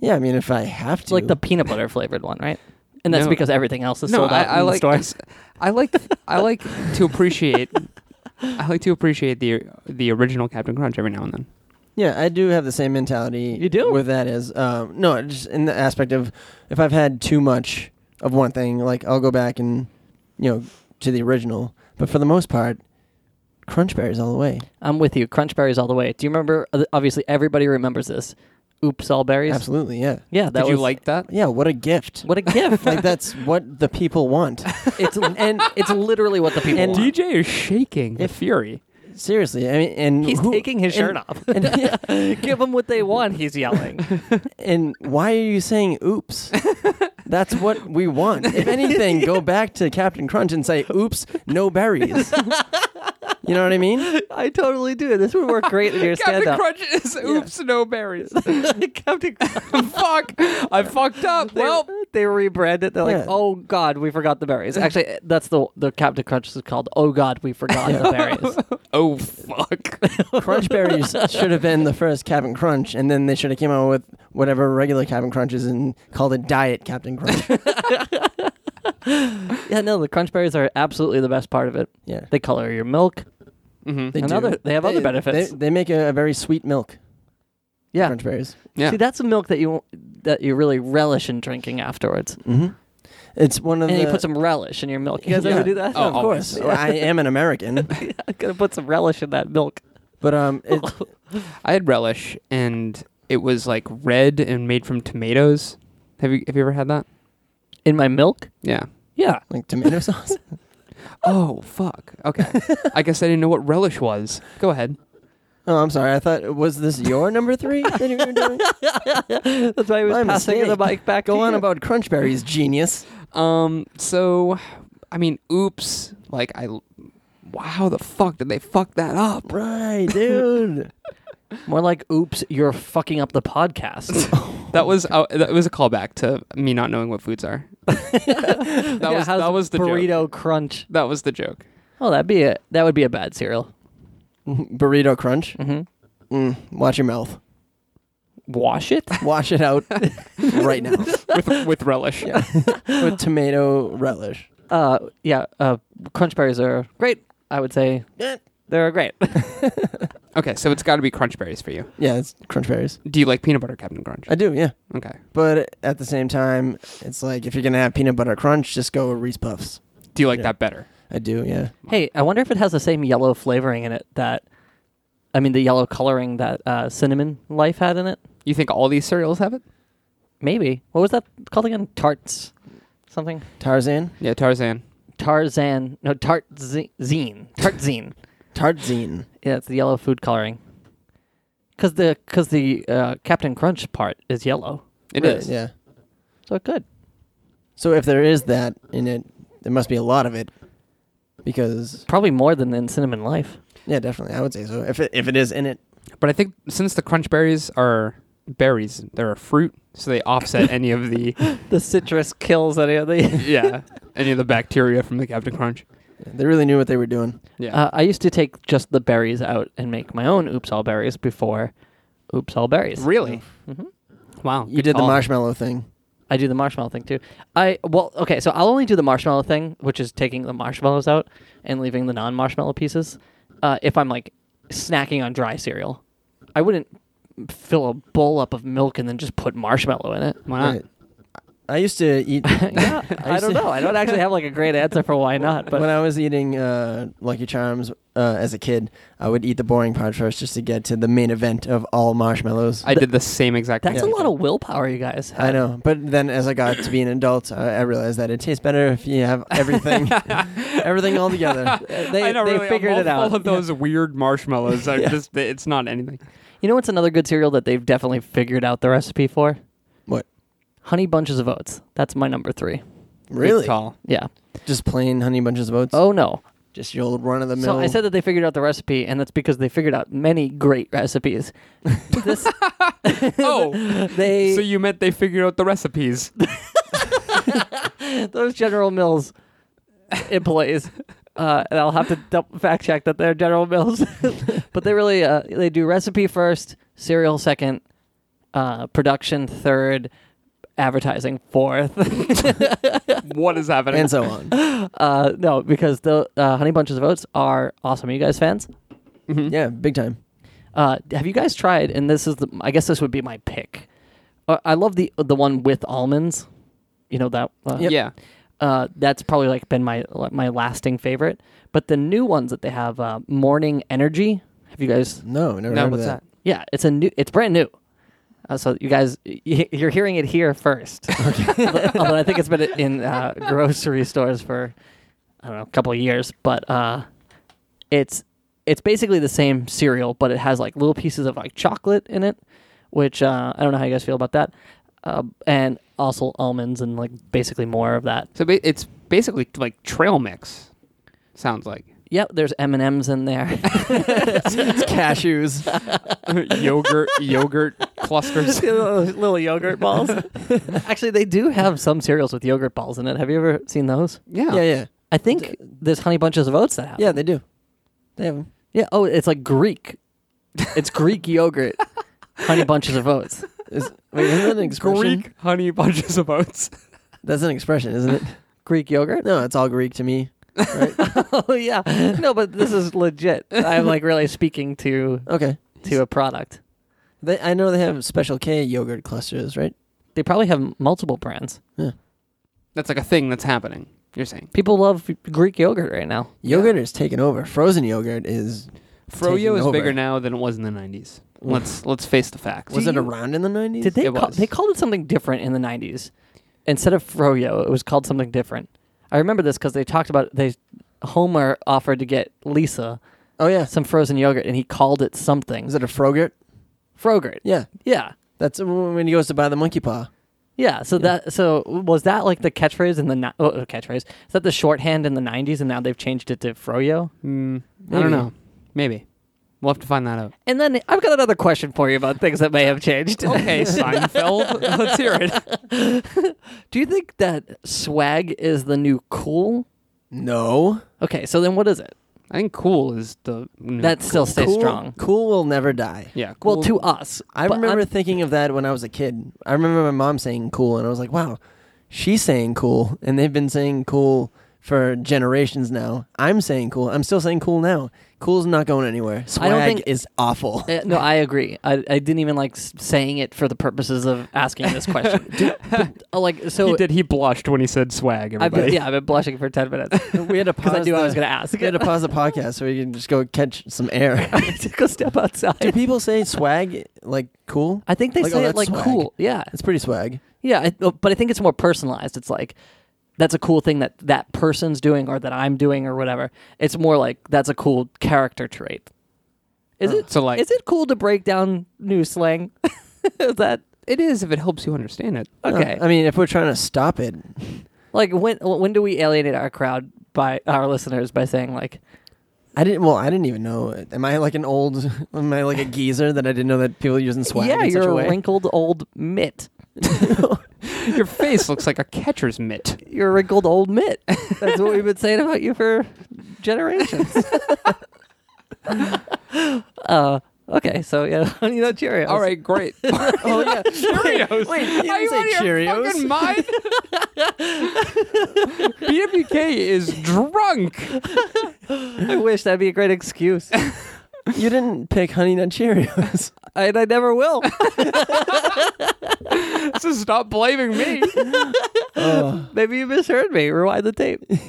Yeah, I mean if I have
it's
to,
like the peanut butter flavored one, right? And that's
No.
because everything else is sold
I,
out
I
in
like
the store.
s- I like I like to
<laughs>
appreciate I like to appreciate the the original Captain Crunch every now and then.
Yeah, I do have the same mentality.
You do?
with that as um, no, just in the aspect of if I've had too much of one thing, like I'll go back and you know to the original. But for the most part, crunch berries all the way.
I'm with you. Crunch berries all the way. Do you remember? uh, Obviously, everybody remembers this. Oops, all berries.
Absolutely, yeah,
Yeah, that
Did
was
you like that?
yeah. What a gift!
<laughs>
what a gift.
like that's what the people want.
<laughs> it's and it's literally what the people
And
want.
DJ Oh, is shaking with
If-
fury.
Seriously, I mean, and
He's
who-
taking his shirt
and-
off. <laughs>
And, <laughs>
Give them what they want.
<laughs>
He's yelling.
and why are you saying
<laughs>
oops? That's what we want. If anything, go back to Captain Crunch and say, oops, no berries. you know what I mean?
I totally do. This would work great in
<laughs>
your
Captain
stand-up.
Crunch is oops no
<laughs>
berries. <laughs>
Captain
Fuck, I fucked up.
They,
well,
they rebrand it. They're
Yeah.
like, oh god, we forgot the berries. Actually, that's the the Captain Crunch is called. Oh god, we forgot
<laughs>
the berries.
oh fuck.
Crunch berries should have been the first Captain Crunch, and then they should have came out with whatever regular Captain Crunch is and called it Diet
<laughs>
Captain Crunch.
yeah, no, the crunch berries are absolutely the best part of it.
Yeah,
They color your milk.
hmm
they
and
do.
other- they have other benefits.
They, they make a, a very sweet milk.
Yeah.
Crunch berries.
Yeah.
See, that's a milk that you that you really relish in drinking afterwards,
Mm-hmm. It's one of
and
the.
you put some relish in your milk. You guys
<laughs> Yeah.
ever do that?
Oh,
of <laughs> course,
always.
I am an American,
I'm gonna put some relish in that milk. <laughs>
but um, it,
I had relish, and it was like red and made from tomatoes. Have you have you ever had that?
In my milk?
Yeah.
Yeah.
like tomato sauce.
Oh fuck. <laughs> Okay. I guess I didn't know what relish was. Go ahead.
Oh, I'm sorry. I thought was this your number three that you were doing?
<laughs> That's why I was
My
passing the
mistake.
mic back.
Go
to
on
you.
about crunch berries, genius.
Um. So, I mean, oops. Like I. Wow. The fuck did they fuck that up?
Right, dude.
more like, oops, you're fucking up the podcast.
That was uh, that was a callback to me not knowing what foods <laughs> are. that
Yeah,
was
how's
that was the
burrito
joke.
crunch.
That was the joke.
Oh, that'd be a that would be a bad cereal.
<laughs> Burrito crunch.
Mm-hmm.
Mm, watch your mouth.
Wash it.
Wash it out right now
<laughs> with with relish.
Yeah. with tomato relish.
Uh, yeah. Uh, crunch berries are great. I would say
Eh.
they're great.
Okay, so it's got to be crunch berries for you.
Yeah, it's crunch berries.
Do you like peanut butter Captain Crunch?
I do, yeah.
Okay.
But at the same time, it's like if you're gonna have peanut butter crunch, just go with Reese Puffs.
Do you like
Yeah.
that better?
I do, yeah.
hey, I wonder if it has the same yellow flavoring in it that, I mean, the yellow coloring that uh, cinnamon life had in it.
You think all these cereals have it?
Maybe. What was that called again? Tarts, something.
Tarzan,
Yeah, Tarzan.
Tarzan. No, tartzine. Tartzine.
Tarzine.
yeah, it's the yellow food coloring. Cause the cause the uh, Captain Crunch part is yellow,
It is.
Right, Yeah.
so good.
So if there is that in it, there must be a lot of it, because
Probably more than in cinnamon life.
yeah, definitely, I would say so. If it, if it is in it,
But I think since the crunch berries are berries, they're a fruit, so they
<laughs>
offset any of the
The citrus kills any of the. <laughs>
yeah any of the bacteria from the Captain Crunch.
they really knew what they were doing.
Yeah.
Uh, I used to take just the berries out and make my own oops all berries before oops all berries.
really?
Mhm.
Wow.
Mm-hmm. You
good
did the
call.
marshmallow thing.
I do the marshmallow thing too. I well, okay, so I'll only do the marshmallow thing, which is taking the marshmallows out and leaving the non-marshmallow pieces. Uh, if I'm like snacking on dry cereal, I wouldn't fill a bowl up of milk and then just put marshmallow in it.
Why not?
Right. I used to eat
<laughs> Ah. yeah, <laughs> I don't know. I don't actually have like a great answer for why not, but
<laughs> when I was eating uh, Lucky Charms uh, as a kid. I would eat the boring part first just to get to the main event of all marshmallows.
I did the same exact
<laughs> that's
thing.
a lot of willpower you guys. Have.
I know, but then as I got to be an adult, I, I realized that it tastes better if
<laughs>
you have everything, everything all together. Uh, They,
I know,
they
really, a
figured it
mouthful
out.
of those weird marshmallows. Are just, it's not anything.
You know what's another good cereal that they've definitely figured out the recipe for?
What?
Honey bunches of oats. That's my number three.
Really? <laughs>
Tall.
Yeah.
Just plain honey bunches of oats.
Oh no.
just your old run of the mill.
So I said that they figured out the recipe, and that's because they figured out many great recipes. this,
<laughs> Oh,
they
so you meant they figured out the
<laughs>
recipes.
those General Mills employees. Uh, and I'll have to double fact check that they're General Mills, <laughs> but they really uh, they do recipe first, cereal second, uh, production third, advertising fourth. <laughs>
what is happening?
and so on.
Uh, no, because the uh, Honey Bunches of Oats are awesome. Are you guys fans?
yeah, big time.
Uh, have you guys tried? And this is the. I guess this would be my pick. Uh, I love the the one with almonds. You know that. Uh,
Yeah.
Uh, that's probably like been my my lasting favorite. But the new ones that they have, uh, Morning Energy. Have you guys?
No, never
No,
heard
what's
of
that?
that.
Yeah, it's a new. It's brand new. Uh, so you guys, y- you're hearing it here <laughs> first. Although I think it's been in uh, grocery stores for I don't know a couple of years, but uh, it's it's basically the same cereal, but it has like little pieces of like chocolate in it, which uh, I don't know how you guys feel about that, uh, and also almonds and like basically more of that.
So ba- it's basically like trail mix. Sounds like <laughs>
Yep, there's M and M's in <laughs> there.
<laughs>
<laughs>
It's cashews.
yogurt, yogurt clusters.
little yogurt balls. <laughs> Actually, they do have some cereals with yogurt balls in it. Have you ever seen those?
Yeah.
<laughs> yeah, yeah,
I think there's honey bunches of oats that have.
yeah.
them.
They do. They have 'em.
yeah. Oh, it's like Greek. It's Greek yogurt, <laughs> honey bunches of oats.
Is, wait, isn't that an expression?
Greek honey bunches of oats.
That's an expression, isn't it?
Greek yogurt.
No, it's all Greek to me.
oh yeah. No, but this is legit. <laughs> I'm like really speaking to
Okay.
to a product.
They, I know they have Special K yogurt clusters, right?
They probably have multiple brands.
That's like a thing that's happening. You're saying
People love Greek yogurt right now.
Yogurt is taken over. Frozen yogurt is.
froyo
Taking
is
over.
bigger now than it was in the 90s. Let's let's face the facts.
Was
Do
it
you-
around in the nineties?
Did they?
It
Call,
was.
they called it something different in the '90s. Instead of froyo, it was called something different. I remember this because they talked about they Homer offered to get Lisa
Oh yeah.
some frozen yogurt, and he called it something.
Is it a frogurt?
Frogurt.
Yeah.
Yeah,
That's when he goes to buy the monkey paw.
yeah. So that so was that like the catchphrase in the ni- oh, uh, catchphrase? Is that the shorthand in the '90s, and now they've changed it to froyo?
Mm, I don't
Maybe.
know. Maybe we'll have to find that out.
And then I've got another question for you about things that may have changed.
<laughs>
<laughs>
Okay, Seinfeld. Let's hear it.
Do you think that swag is the new cool?
No.
Okay, so then what is it?
I think cool is the no,
That still stays
cool,
strong.
Cool will never die.
Yeah.
Well,
Cool.
to us,
I
but
remember
I'm-
thinking of that when I was a kid. I remember my mom saying cool, and I was like, wow, she's saying cool, and they've been saying cool for generations now. I'm saying cool. I'm still saying cool now. Cool's not going anywhere. Swag
think-
is
<laughs>
awful.
Uh, no, I agree. I, I didn't even like s- saying it for the purposes of asking
<laughs>
this question. Dude, but, uh, like so,
he did. He blushed when he said swag.
I've been,
Everybody.
yeah, I've been blushing for ten <laughs> minutes
we had to
because I knew
the,
I was going to ask. <laughs>
we had to pause the podcast so we can just go catch some air.
to go step
Do
outside.
people say swag like cool?
I think they
Like, oh,
say it
that's
like
swag.
cool. Yeah,
It's pretty swag.
yeah, I, oh, but I think it's more personalized. It's like that's a cool thing that that person's doing or that I'm doing or whatever. It's more like that's a cool character trait. Is
<laughs>
it?
So like
is it cool to break down new slang? <laughs> is that
it is if it helps you understand it.
No,
okay?
I mean, if we're trying to stop it,
Like when when do we alienate our crowd by our listeners by saying like
I didn't. Well, I didn't even know. Am I like an old? <laughs> Am I like a geezer that I didn't know that people using swag?
yeah
in
you're
such a
a
way?
wrinkled old mitt
Your face looks like a catcher's mitt.
you're a wrinkled old mitt that's what we've been saying
<laughs>
about you for generations uh Okay, so yeah, <laughs> you know
<laughs>
Cheerios.
All right, great.
Oh
<laughs>
yeah.
<laughs> Cheerios.
Wait, you
Are
didn't
you
say
out of your
Cheerios.
fucking <laughs> mind? BWK is drunk.
I wish that'd be a
<laughs>
great excuse,
You didn't pick Honey
<laughs>
Nut Cheerios.
and I never will.
So stop blaming me.
oh.
Maybe you misheard me. Rewind the tape. <laughs>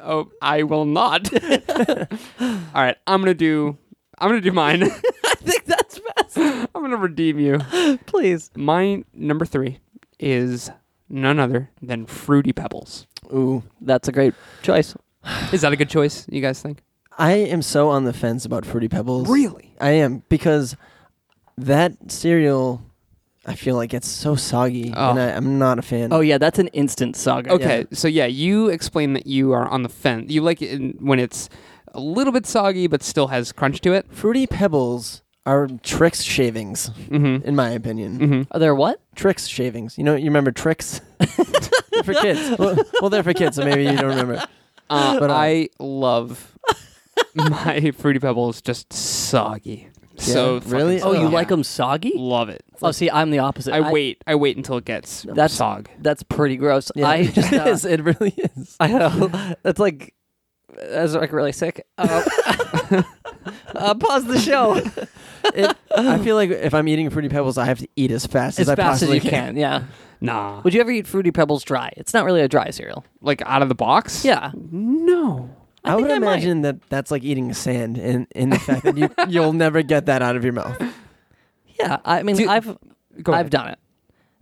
Oh, I will not. All right, I'm gonna do. I'm gonna do mine.
I think that's best.
I'm gonna redeem you.
Please.
My number three is none other than Fruity Pebbles.
Ooh.
That's a great choice.
Is that a good choice? You guys think?
I am so on the fence about Fruity Pebbles. I am because that cereal, I feel like it's so soggy,
Oh.
and I, I'm not a fan.
Oh yeah, that's an instant saga.
Okay, so yeah, you explained that you are on the fence. You like it in- when it's a little bit soggy but still has crunch to it.
Fruity Pebbles are Trix shavings,
Mm-hmm.
in my opinion.
Mm-hmm.
Are there what?
Trix shavings. You know, you remember Trix? <laughs> They're
<laughs>
for kids. Well, well, they're for kids, so maybe you don't remember.
Uh,
But, uh,
I love my fruity pebbles just soggy. so
Yeah,
fucking
really?
soggy.
Oh, you
Yeah.
like them soggy?
Love it.
Oh, see, I'm the opposite.
I, wait. I wait until it gets
That's-
sog.
That's pretty gross. <laughs>
Yeah,
I <laughs> just
<laughs> it
uh,
is. It really is.
<laughs> I know. That's like that's like really sick. Uh, <laughs> uh, pause the <laughs> show
It, I feel like if I'm eating Fruity Pebbles, I have to eat as fast
as
as, I
fast as
possibly
you can. Yeah.
Nah.
Would you ever eat Fruity Pebbles dry? It's not really a dry cereal.
Like out of the box?
Yeah.
No.
I
I, would
think I might.
imagine that that's like eating sand, and in, the fact that you you'll never get that out of your mouth.
Yeah. I mean,
Do-
I've
Go
I've
ahead.
done it.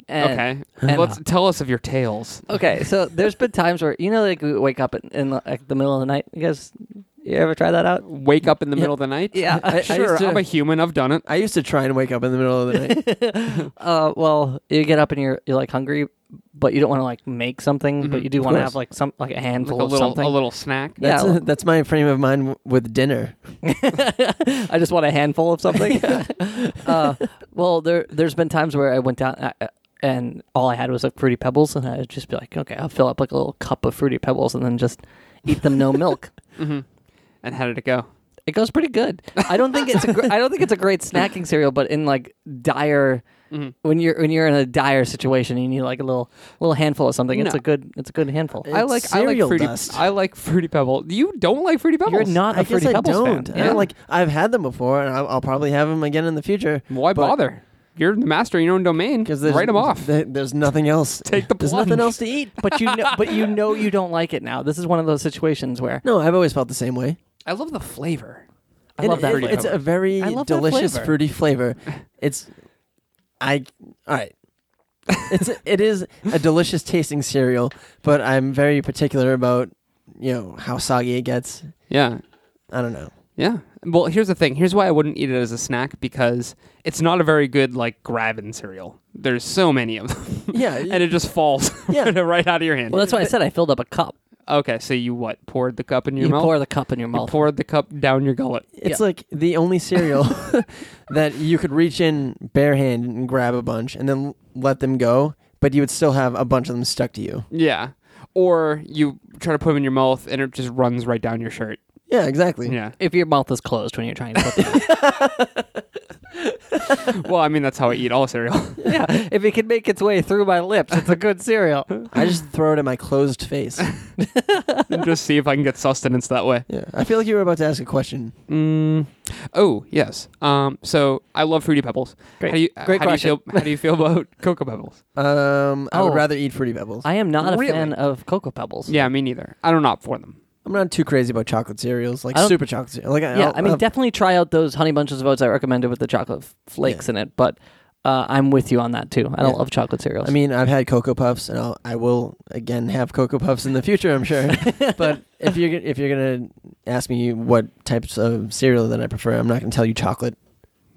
And-
okay.
and-
Let's tell us of your tales.
Okay, so there's been times where you know, like we wake up in, in like the middle of the night. You guys, you ever try that out?
Wake up in the middle of the night.
<laughs> Yeah,
I- I
Sure.
used to-
I'm a human. I've done it.
I used to try and wake up in the middle of the night.
Uh, well, you get up and you're you're like hungry, but you don't want to like make something, but
Mhm,
you do
of
want to
course.
have like some like a handful
Like a
of
little,
something.
a little snack.
Yeah.
That's <laughs> that's my frame of mind w- with dinner.
<laughs> I just want a handful of
<laughs>
something. <laughs> uh, well, there there's been times where I went down uh, uh, and all I had was like fruity pebbles, and I'd just be like, okay, I'll fill up like a little cup of fruity pebbles, and then just eat them
<laughs>
no milk.
Mm-hmm. And how did it go?
It goes pretty good. I don't think it's a gr- I don't think it's a great snacking cereal, but in like dire
Mhm.
Mm-hmm.
when you're when you're in a dire situation, and you need like a little little handful of something. It's
No.
a good it's a good handful.
I
It's
like I like
cereal
fruity.
dust.
I like fruity pebble. You don't like fruity pebbles.
You're not a
I guess
fruity
I
pebbles
don't.
fan.
I
Yeah.
don't like I've had them before, and I'll, I'll probably have them again in the future.
Why
But-
bother? You're the master in your own domain.
Because
Write them off.
There, there's nothing else.
Take the
There's nothing
plunge.
else to eat.
but you know, but you know you don't like it now. This is one of those situations where
No, I've always felt the same way.
I love the flavor.
I
And
love that.
it-
fruity
flavor.
It's a very
I love that
delicious
flavor.
fruity flavor. It's I all right. It's it is a delicious tasting cereal, but I'm very particular about you know how soggy it gets.
Yeah.
I don't know.
Yeah. Well, here's the thing. Here's why I wouldn't eat it as a snack because it's not a very good like grabbing cereal. There's so many of them,
<laughs>
Yeah,
<laughs> and it just falls
Yeah.
<laughs> right out of your hand.
well, that's why I said I filled up a cup.
okay, so you what? Poured the cup in your
you
mouth.
pour the cup in your
you
mouth.
poured the cup down your gullet.
it's like the only cereal <laughs> that you could reach in bare hand and grab a bunch and then let them go, but you would still have a bunch of them stuck to you.
Yeah. Or you try to put them in your mouth, and it just runs right down your shirt.
Yeah, exactly.
Yeah.
if your mouth is closed when you're trying to put them.
well, I mean, that's how I eat all
<laughs>
cereal. <laughs>
yeah, if it can make its way through my lips, it's a good cereal.
I just throw it in my closed face.
and just see if I can get sustenance that way.
Yeah, I feel like you were about to ask a question.
Mm. Oh yes. Um. So I love fruity pebbles.
Great.
How do you,
Great
how
question.
Do you feel, how do you feel about <laughs> cocoa pebbles?
Um, I
Oh.
would rather eat fruity
<laughs>
pebbles.
I am not a
Really?
fan of cocoa pebbles.
Yeah, me neither. I don't opt for them.
I'm not too crazy about chocolate cereals, like
I don't-
super chocolate cereal. Like,
yeah,
I'll-
I mean,
I'll- uh,
definitely try out those honey bunches of oats I recommended with the chocolate f- flakes in it. But uh, I'm with you on that too. I don't
Yeah.
love chocolate cereals.
I mean, I've had Cocoa Puffs, and I'll, I will again have Cocoa Puffs in the future,
<laughs>
I'm sure. but if you're g- if you're gonna ask me what types of cereal that I prefer, I'm not gonna tell you chocolate,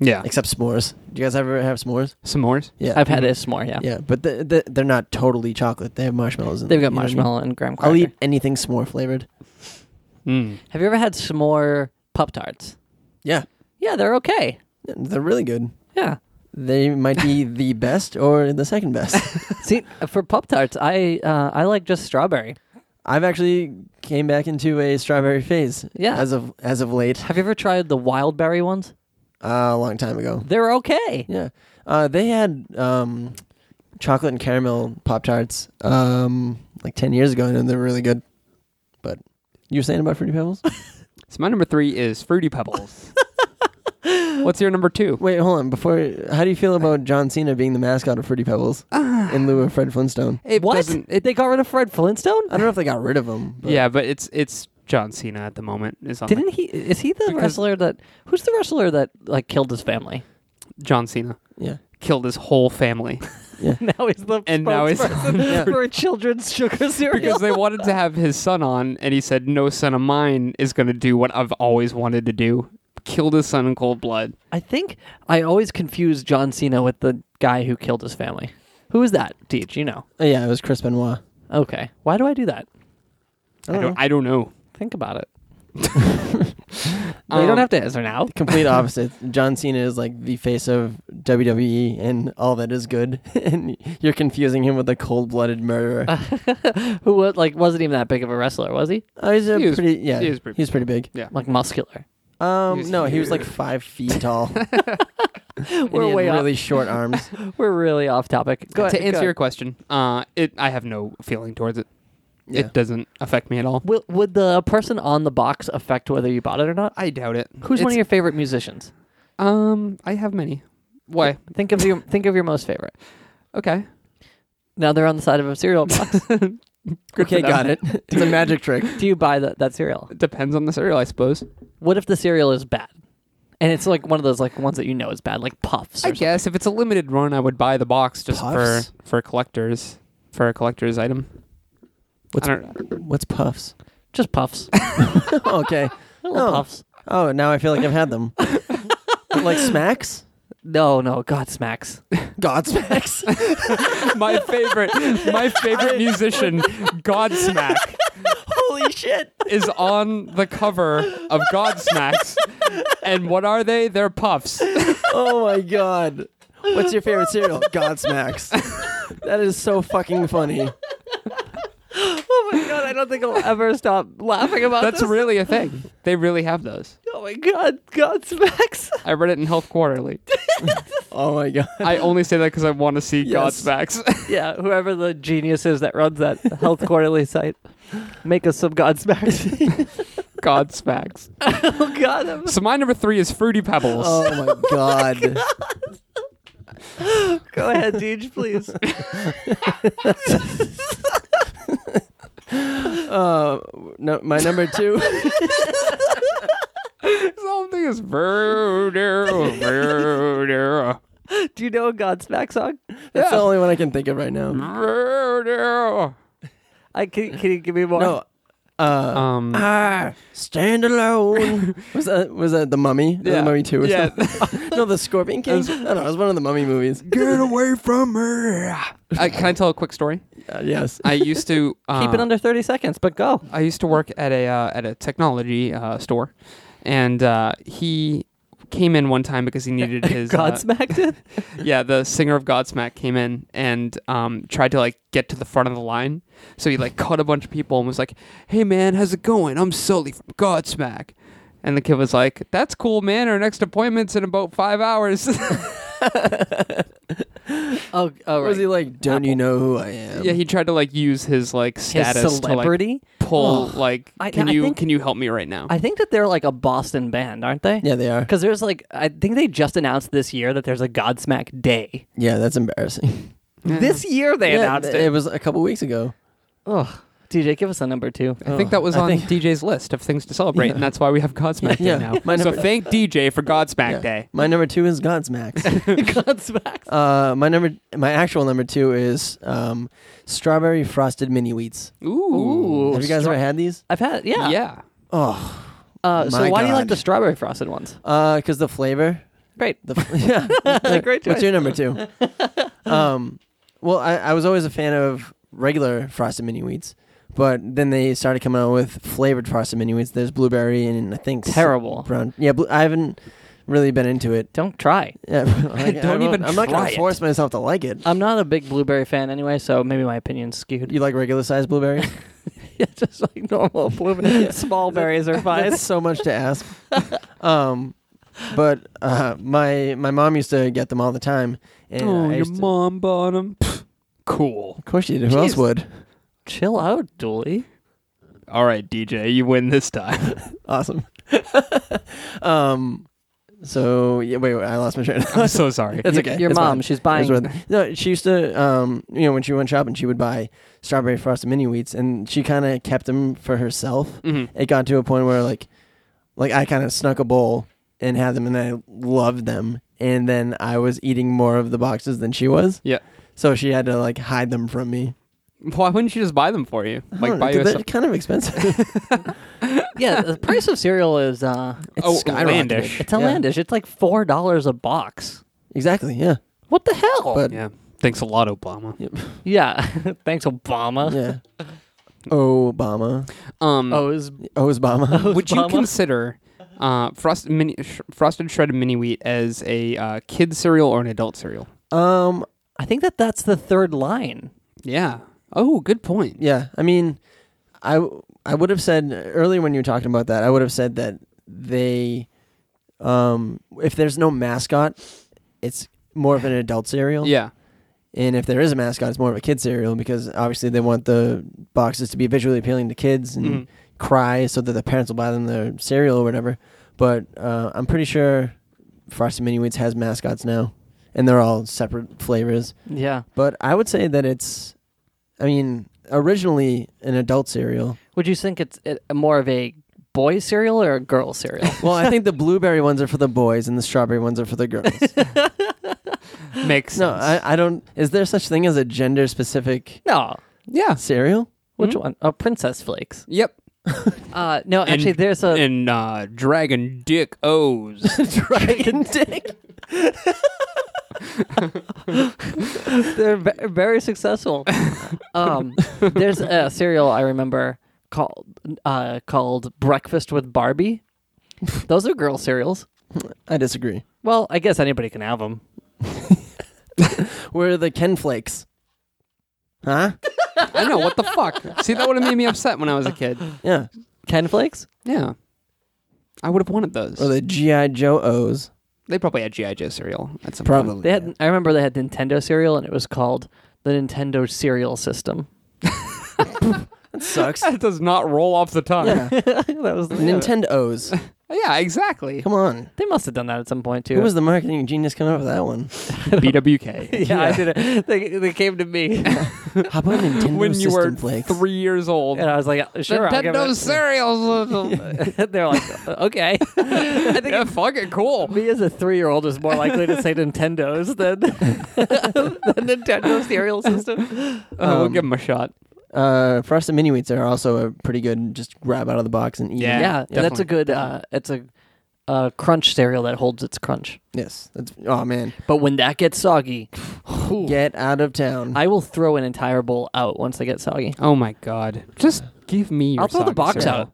Yeah.
except s'mores. Do you guys ever have s'mores?
S'mores.
Yeah,
I've had a s'more. Yeah,
Yeah, but the, the, they're not totally chocolate. They have marshmallows in
they've got
them, you know what I mean?
marshmallow and graham cracker.
I'll eat anything s'more flavored.
Mm.
Have you ever had s'more pop tarts?
Yeah.
Yeah, they're okay.
Yeah, They're really good.
Yeah.
They
<laughs>
might be the best or the second best.
See, for pop tarts, I uh, I like just strawberry.
I've actually came back into a strawberry phase
Yeah.
as of as of late.
Have you ever tried the wild berry ones?
uh, a long time ago.
They're okay.
Yeah, uh, they had um, chocolate and caramel pop tarts um, like ten years ago, and they're really good. But you were saying about fruity pebbles?
So my number three is Fruity
<laughs>
Pebbles. What's your number two?
Wait, hold on. Before, how do you feel about John Cena being the mascot of Fruity Pebbles in lieu of Fred Flintstone?
It
what?
doesn't- It, Oh,
they got rid of Fred Flintstone?
I don't know if they got rid of him. But
yeah, but it's it's John Cena at the moment. Is on the-
Didn't he? Is he the
Because-
wrestler that? Who's the wrestler that like killed his family? <laughs>
John Cena
yeah.
killed his whole family
now he's the
And now he's- <laughs>
spokesperson
Yeah.
for children's sugar cereal.
because they wanted to have his son on, and he said, "No son of mine is going to do what I've always wanted to do." Killed his son in cold blood.
I think I always confuse John Cena with the guy who killed his family. Who is that? Deej, you know.
Oh, yeah, it was Chris Benoit.
Okay. Why do I do that?
I
Uh-huh.
don't. I don't know.
Think
<laughs>
about it.
Um,
you don't have to answer now. <laughs>
<laughs>
Complete opposite. John Cena is like the face of WWE and all that is good, <laughs> and you're confusing him with a cold-blooded murderer.
Uh,
Who was like wasn't even that big of a wrestler, was he?
oh, he's a
he was-
pretty yeah.
he was pretty-
he's pretty big.
Like muscular.
Um,
He was
no, he was like
huge.
five
<laughs>
feet tall. <laughs> And
We're
he had
way off.
really short arms.
We're really off topic. Go ahead.
to answer
go
your question, uh, it I have no feeling towards it.
Yeah.
It doesn't affect me at all.
Will, would the person on the box affect whether you bought it or not?
I doubt it.
Who's one of
It's-
your favorite musicians?
Um, I have many. Why?
Think of your think of your most favorite.
Okay.
Now they're on the side of a cereal box.
<laughs> okay,
them.
got it. It's a
<laughs>
magic trick.
<laughs> Do you buy that that cereal?
It depends on the cereal, I suppose.
What if the cereal is bad? And it's like one of those like ones that you know is bad, like puffs. Or
I guess if it's a limited run, I would buy the box just
Puffs?
for for collectors for a collector's item.
What's
I don't, <laughs>
what's puffs? <laughs>
something. just puffs.
okay.
Little
Oh.
puffs.
Oh, now I feel like I've
<laughs>
had them. like smacks.
No, no, God smacks.
God smacks.
my favorite, my favorite musician, Godsmack,
<laughs>
<laughs>
Holy shit.
is on the cover of Godsmacks. And what are they? They're puffs.
<laughs> Oh my god. What's your favorite cereal? Godsmacks. That is so fucking funny.
<laughs> Oh my God! I don't think I'll ever stop laughing about
That's really a thing. They really have those.
Oh my God! God <laughs>
<laughs>
smacks.
I read it in Health Quarterly.
Oh my god.
<laughs> I only say that because I want to see
Yes.
<laughs> Godsmacks.
yeah, whoever the genius is that runs that health quarterly site, make us some God smacks.
Godsmacks.
oh God! <laughs> I'm-
So my number three is Fruity Pebbles.
Oh my god.
<laughs> Go ahead, Deej, please.
<laughs>
<laughs>
Uh, no, my number <laughs> two.
This whole thing is voodoo, voodoo,
Do you know a God smack song?
That's the only one I can think of right now.
voodoo.
I can. Can you give me more?
No. Uh,
Um,
ah, stand <laughs> alone. was that was that the Mummy? Yeah.
Yeah.
The Mummy Two or <laughs>
Yeah.
something? no, the Scorpion <laughs> King. I don't know. It was one of the Mummy movies.
Get away from me.
I, can I tell a quick story?
Uh, yes.
I used to uh,
Keep it under thirty seconds, but go.
I used to work at a uh, at a technology uh, store, and uh, he came in one time because he needed his
God
uh,
smacked it.
yeah, the singer of Godsmack came in and um, tried to like get to the front of the line. So he like caught a bunch of people and was like, "Hey man, how's it going? I'm Sully from Godsmack." And the kid was like, "That's cool, man. Our next appointment's in about five hours." <laughs>
Oh, oh,
<laughs> Was
right.
he like, don't you know who I am?
yeah, he tried to like use his like status
His
to like
celebrity.
pull like,
I-
"Can
I
you
think-
can you help me right now?"
I think that they're like a Boston band, aren't they?
Yeah, they are.
Because there's like, I think they just announced this year that there's a Godsmack Day.
Yeah, that's <laughs> embarrassing.
Mm.
This year they
yeah,
announced
it
it.
was a couple weeks ago.
Oh, DJ, give us a number <laughs> two.
I think that was
I
on
think-
DJ's list of things to celebrate, and that's why we have Godsmack
Yeah.
Day now.
My
so
number-
thank DJ for Godsmack
Yeah.
Day.
My number two is <laughs> Godsmack.
Godsmack.
uh, my number, my actual number two is um, strawberry frosted mini wheats.
Ooh,
Have you guys ever had these?
I've had yeah.
yeah.
Oh,
Uh, so
My
why do you
God.
like the strawberry frosted ones?
because Uh, the flavor.
<laughs> Great.
The <laughs> f-
<laughs>
yeah.
Great
What's
choice.
your number two? um, well, I, I was always a fan of regular frosted mini wheats, but then they started coming out with flavored frosted mini wheats. There's blueberry and I think s-
Terrible.
brown. Yeah, blue, I haven't really been into it. <laughs>
Don't try.
Yeah, like,
<laughs>
I
Don't even
I'm not gonna
try it. Uh,
force myself to like it.
I'm not a big blueberry fan anyway, so maybe my opinion's skewed. <laughs>
You like regular sized blueberry?
yeah, <laughs> just like normal blueberries. Small berries are fine.
That's so much to ask. <laughs> um, but uh, my my mom used to get them all the time. And
oh,
I
your
used to-
mom bought them. Cool.
Of course she did. Who else
Jeez.
would?
<laughs> Chill out, Dooley.
All right, DJ, you win this time. <laughs>
Awesome. <laughs> um, so yeah, wait, wait, I lost my train. of
I'm
thought.
so
<laughs>
sorry.
It's
Y-
okay.
Your
It's
mom,
fine.
she's
It was
buying.
worth- <laughs> no, she used to, um, you know, when she went shopping, she would buy strawberry frosted mini wheats, and she kind of kept them for herself.
Mhm.
It got to a point where like, like I kind of snuck a bowl and had them, and I loved them, and then I was eating more of the boxes than she was.
Yeah.
So she had to like hide them from me.
Why wouldn't you just buy them for you?
I
Like
don't know,
buy you
they're
a s-
kind of expensive.
yeah, the price of cereal is uh,
It's
Oh,
skyrocketed.
outlandish.
it's
Yeah.
outlandish. It's like four dollars a box.
Exactly. Yeah.
What the hell?
But
Yeah. Thanks a lot, Obama.
yeah, <laughs> thanks, Obama.
yeah. Obama.
Um,
Oh, is
<laughs>
Obama.
would you
Obama?
consider uh, frost, mini, sh- frosted shredded mini wheat as a uh, kid cereal or an adult cereal?
Um.
I think that that's the third line.
Yeah. Oh, good point.
Yeah. I mean, I w- I would have said earlier when you were talking about that, I would have said that they, um, if there's no mascot, it's more of an adult cereal.
Yeah.
And if there is a mascot, it's more of a kid cereal because obviously they want the boxes to be visually appealing to kids and
Mhm.
cry so that the parents will buy them their cereal or whatever. But uh, I'm pretty sure Frosted Mini Wheats has mascots now, and they're all separate flavors.
Yeah.
But I would say that it's, I mean, originally an adult cereal.
Would you think it's it, more of a boy cereal or a girl cereal?
Well, I think the blueberry ones are for the boys and the strawberry ones are for
<laughs>
the girls.
Makes
no,
sense.
I, I don't. Is there such thing as a gender specific
<laughs> no.
yeah.
cereal?
Which
Hmm?
one? Oh, Princess Flakes.
Yep.
Uh, no, actually, there's <laughs> a
and uh, Dragon Dick O's.
Dragon Dick.
<laughs> they're ve- very successful. Um, there's a cereal I remember called uh, called Breakfast with Barbie. Those are girl cereals.
I disagree.
Well, I guess anybody can have them.
Where are the Ken Flakes? Huh?
I know what the fuck. See, that would have made me upset when I was a kid.
Yeah.
Ken Flakes?
Yeah, I would have wanted those.
Or the GI Joe O's.
they probably had GI Joe cereal at some point.
Probably.
They had. I remember they had Nintendo cereal, and it was called the Nintendo Cereal System.
that
<laughs> <laughs>
sucks.
That does not roll off the tongue. Yeah, <laughs>
<laughs>
yeah.
that was the,
Nintendo O's.
exactly.
Come on.
They must have done that at some point too.
Who was the marketing genius coming up with that one?
<laughs>
<laughs>
BWK.
yeah, I did it. They, they came to <laughs> me,
How about Nintendo
<laughs> when you
System
were
Flakes?
three years old.
and I was like, "Sure, I'll give
Nintendo cereals.
<laughs>
<laughs>
it." They're like, <laughs> "Okay." I think
yeah, fucking <laughs> cool.
Me as a three-year-old is more likely to say Nintendo's <laughs> than the <laughs> Nintendo serial system.
Uh, we'll
Um,
give them a shot.
Uh, Frosted Mini Wheats are also a pretty good just grab out of the box and eat.
Yeah.
it.
Yeah, that's
definitely.
a good. Uh, it's a uh, crunch cereal that holds its crunch.
Yes. That's, oh, man.
But when that gets soggy, whew,
Get out of town.
I will throw an entire bowl out once they get soggy.
Oh my god. Just give me your
I'll throw the
soggy
box
cereal.
out.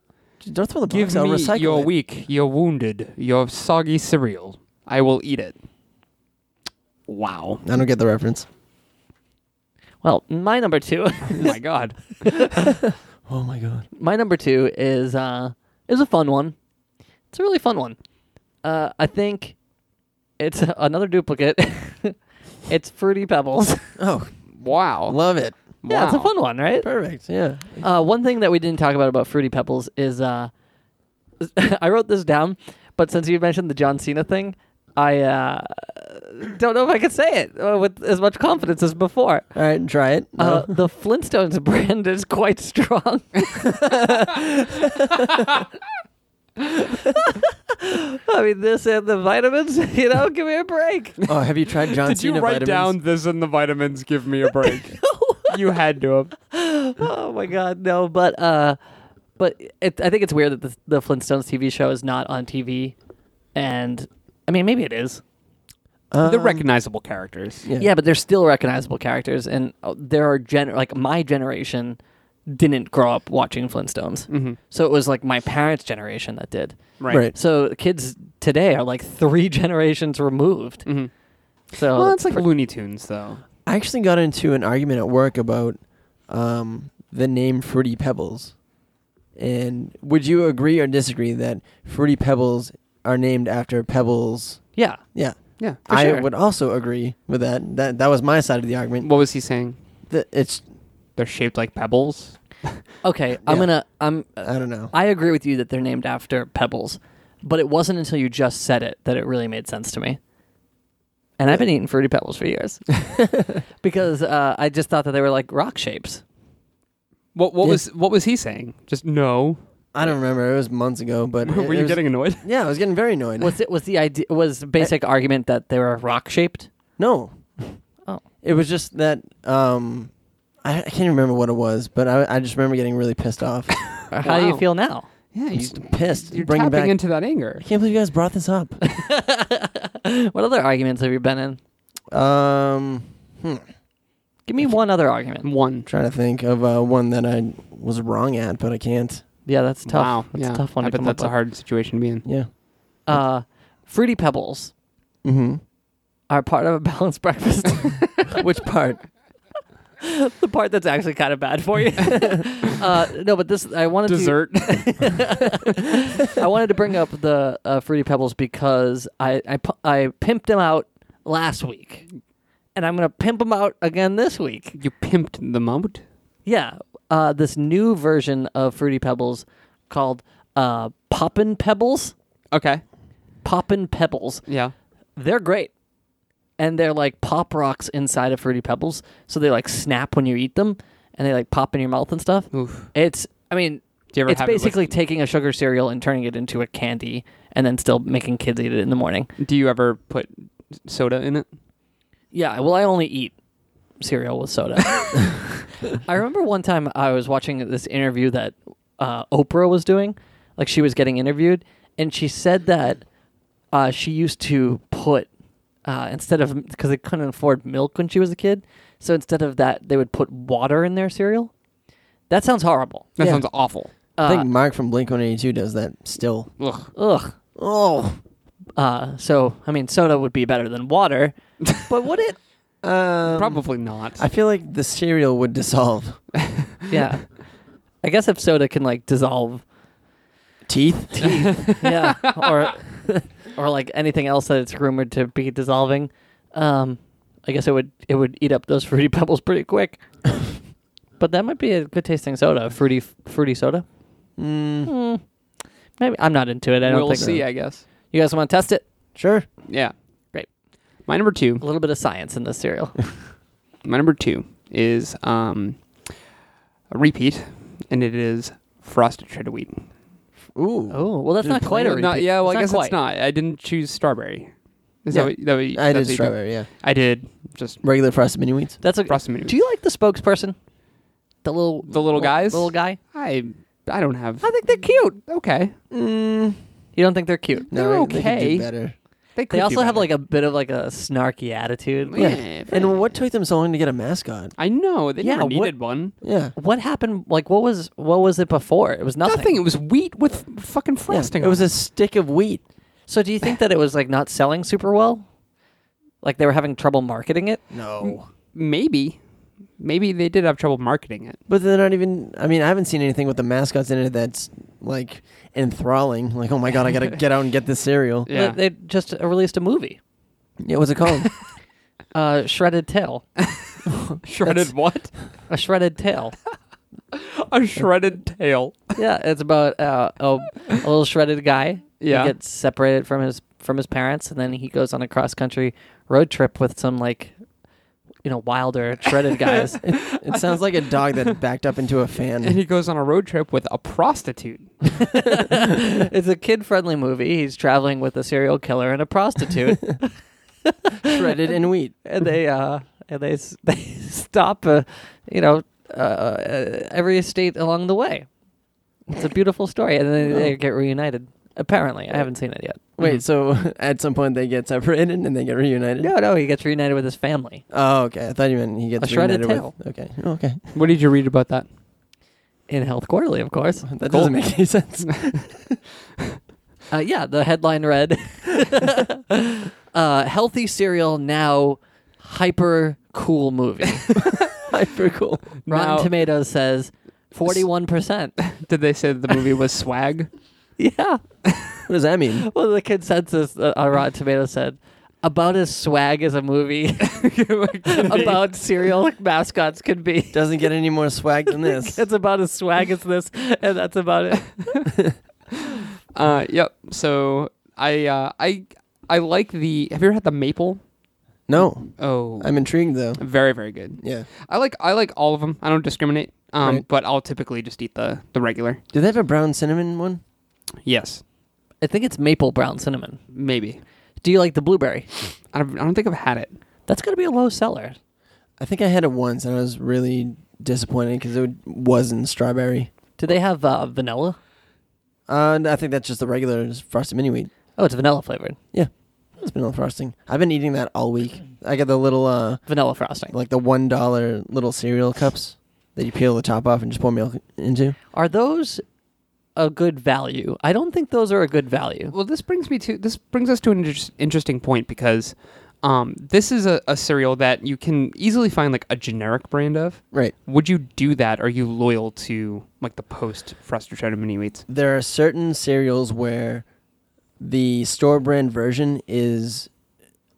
Don't throw the
Give
box out.
me
Recycle
your
it.
weak, your wounded, your soggy cereal. I will eat it. Wow.
I don't get the reference.
Well, my number two,
<laughs> Oh my god.
Oh, my God.
my number two is uh, is a fun one. It's a really fun one. Uh, I think it's <laughs> another duplicate. it's Fruity Pebbles. <laughs>
Oh,
Wow.
love it.
yeah, it's a
Wow.
fun one, right?
Perfect. Yeah.
Uh, one thing that we didn't talk about about Fruity Pebbles is uh, <laughs> I wrote this down, but since you mentioned the John Cena thing, I uh, don't know if I could say it uh, with as much confidence as before.
All right. Try it. No?
Uh, the Flintstones <laughs> brand is quite
<laughs>
strong. I mean, this and the vitamins, <laughs> you know, give me a
<laughs>
break.
oh, have you tried John
Did you
Cena
write
vitamins?
down this and the vitamins? Give me a <laughs> break. you had to have.
oh my god no but uh but it, i think it's weird that the, the flintstones tv show is not on tv and i mean maybe it is
<laughs> They're
Um,
recognizable characters.
Yeah.
yeah but they're still recognizable characters and uh, there are gen like my generation didn't grow up watching flintstones
Mm-hmm.
so it was like my parents generation that did
Mm-hmm. Right.
Right.
so kids today are like three <laughs> generations removed
Mhm.
so
Well, it's like Looney Tunes, though.
I actually got into an argument at work about um, the name Fruity Pebbles. And would you agree or disagree that Fruity Pebbles are named after pebbles.
Yeah.
Yeah,
Yeah.
For
I
sure.
would also agree with that. That that was my side of the argument.
What was he saying?
That it's
They're shaped like pebbles.
Okay, I'm
Yeah.
gonna. I'm.
I don't know.
I agree with you that they're named after pebbles, but it wasn't until you just said it that it really made sense to me. And I've been eating fruity pebbles for <laughs> years because uh, I just thought that they were like rock shapes.
What what
Yeah.
was what was he saying? Just no.
I don't remember. It was months ago, but
<laughs>
it-
Were
it
you
was-
getting annoyed?
Yeah, I was getting very annoyed.
Was it was the idea was basic argument that they were rock shaped?
No.
Oh.
It was just that um I, I can't remember what it was, but I, I just remember getting really pissed off.
Or <laughs> how do you
Wow.
feel now?
Yeah,
I'm
you,
just pissed.
you're
Bring it
tapping
back.
into that anger.
I can't believe you guys brought this up.
What other arguments have you been in?
um hmm,
Give me one other argument.
One.
trying to think of uh, one that I was wrong at, but I can't.
Yeah, that's tough.
Wow,
That's
yeah.
a tough one
I
to
bet
come
that's
up
a hard situation to be in.
Yeah.
with. Uh, fruity pebbles
Mm-hmm.
are part of a <laughs> balanced breakfast.
Which part?
the part that's actually kind of bad <laughs> for you. uh, no, but this I wanted
Dessert.
to. I wanted to bring up the uh, fruity pebbles because I I pu- I pimped them out last week, and I'm gonna pimp them out again this week.
you pimped them out.
Yeah, uh, this new version of fruity pebbles called uh, poppin' pebbles.
Okay.
Poppin' pebbles.
Yeah.
They're great. And they're like pop rocks inside of fruity pebbles, so they like snap when you eat them, and they like pop in your mouth and stuff.
Oof.
It's I mean,
Do you ever
it's
have it with-
basically taking a sugar cereal and turning it into a candy and then still making kids eat it in the morning.
Do you ever put soda in it?
Yeah, well I only eat cereal with soda. I remember one time I was watching this interview that uh, Oprah was doing, like she was getting interviewed, and she said that uh, she used to put uh, instead of because they couldn't afford milk when she was a kid, so instead of that they would put water in their cereal. That sounds horrible.
That
Yeah.
sounds awful.
I
Uh,
think Mark from Blink 182 does that still.
Ugh.
ugh.
Oh.
Uh, so I mean, soda would be better than water, but would it?
Um,
Probably not.
I feel like the cereal would dissolve.
Yeah, I guess if soda can like dissolve,
Teeth? Teeth.
<laughs> yeah, or or like anything else that it's rumored to be dissolving, um, I guess it would it would eat up those fruity <laughs> pebbles pretty quick. but that might be a good tasting soda, fruity fruity soda.
mm,
Hmm. Maybe I'm not into it. I don't
we'll
think
see. I guess.
you guys want to test it.
sure.
Yeah.
Great.
My number two.
A little bit of science in this cereal.
My number two is um, a repeat, and it is frosted shredded wheat.
Ooh.
<laughs> oh well, that's
Just
not quite a
Not-
repeat.
yeah. Well,
It's
I guess
quite.
it's not. I didn't choose strawberry. Is
Yeah.
that what, that what you-
I
that's
did
what you got?
strawberry, yeah.
I did just
Regular frosted mini wheats.
That's a
frosted mini.
Do you like the spokesperson? The little
The little guys?
The little guy?
I I don't have.
I think they're cute.
Okay.
Mm,
You don't think they're cute?
They're
I- They could
okay.
do better.
could
They
do
also have
better.
like a bit of like a snarky attitude.
Yeah.
And what took them so long to get a mascot?
I know they
Yeah,
never
what-
needed one.
Yeah.
What happened? Like, what was what was it before? It was nothing.
Nothing. It was wheat with fucking
yeah.
frosting.
It was a stick of wheat.
So, do you think that it was like not selling super well? Like they were having trouble marketing it.
No.
maybe, maybe they did have trouble marketing it.
But they're not even. I mean, I haven't seen anything with the mascots in it that's like enthralling. Like, oh my god, I gotta get out and get this cereal.
<laughs> Yeah.
They, they just uh, released a movie,
Yeah, what's it
<laughs>
called?
uh, Shredded Tail.
shredded what?
a Shredded Tail.
<laughs> A shredded tail.
yeah, it's about uh, a, a little shredded guy.
Yeah.
he gets separated from his from his parents, and then he goes on a cross country road trip with some like, you know, wilder
<laughs>
shredded guys. <laughs>
it sounds like a dog that backed up into a
And
fan.
he goes on a road trip with a prostitute.
it's a kid friendly movie. He's traveling with a serial killer and a prostitute,
<laughs> Shredded in wheat.
and they uh and they s- <laughs> they stop, uh, you know, uh, uh, every state along the way. It's
<laughs>
a beautiful story, and then they get reunited. Apparently, I haven't seen it yet.
Mm-hmm.
Wait, so <laughs> at some point they get separated and they get reunited.
Mm-hmm. No, no, he gets reunited with his family.
Oh, okay. I thought you meant he gets
A shredded
reunited with. Okay. Oh, Okay. <laughs>
What did you read about that?
In Health Quarterly, of
<laughs>
course.
That doesn't make any sense.
Uh, yeah, the headline
<laughs>
read <laughs> uh, Healthy Cereal Now Hyper Cool Movie.
<laughs> Hyper cool.
Rotten
Now-
Tomatoes says 41%.
<laughs>
Did they say that the movie was swag?
yeah.
What does that mean?
Well, the consensus uh, on Rotten Tomatoes said about as swag as a movie <laughs> about serial mascots could be.
Doesn't get any more swag <laughs> than
<laughs>
this.
It's about as swag as this, and that's about it.
<laughs> Uh, yep. So I uh, I I like the. Have you ever had the maple?
No,
Oh,
I'm intrigued though.
very very good.
Yeah.
I like I like all of them. I don't discriminate. Um,
Right.
but I'll typically just eat the the regular.
Do they have a brown cinnamon one?
Yes,
I think it's maple brown cinnamon.
maybe.
Do you like the blueberry?
I don't, I don't think I've had it.
That's gonna be a low seller.
I think I had it once and I was really disappointed because it wasn't strawberry.
Do they have uh, vanilla?
Uh, and I think that's just the regular just frosted mini wheat.
Oh, it's vanilla flavored.
It's vanilla frosting. I've been eating that all week. I get the little uh,
Vanilla frosting.
like the one dollar little cereal cups that you peel the top off and just pour milk into.
Are those a good value? I don't think those are a good value.
Well, this brings me to this brings us to an inter- interesting point because um, this is a, a cereal that you can easily find like a generic brand of.
Right.
Would you do that? Are you loyal to like the post frosted cheddar mini wheats?
There are certain cereals where the store brand version is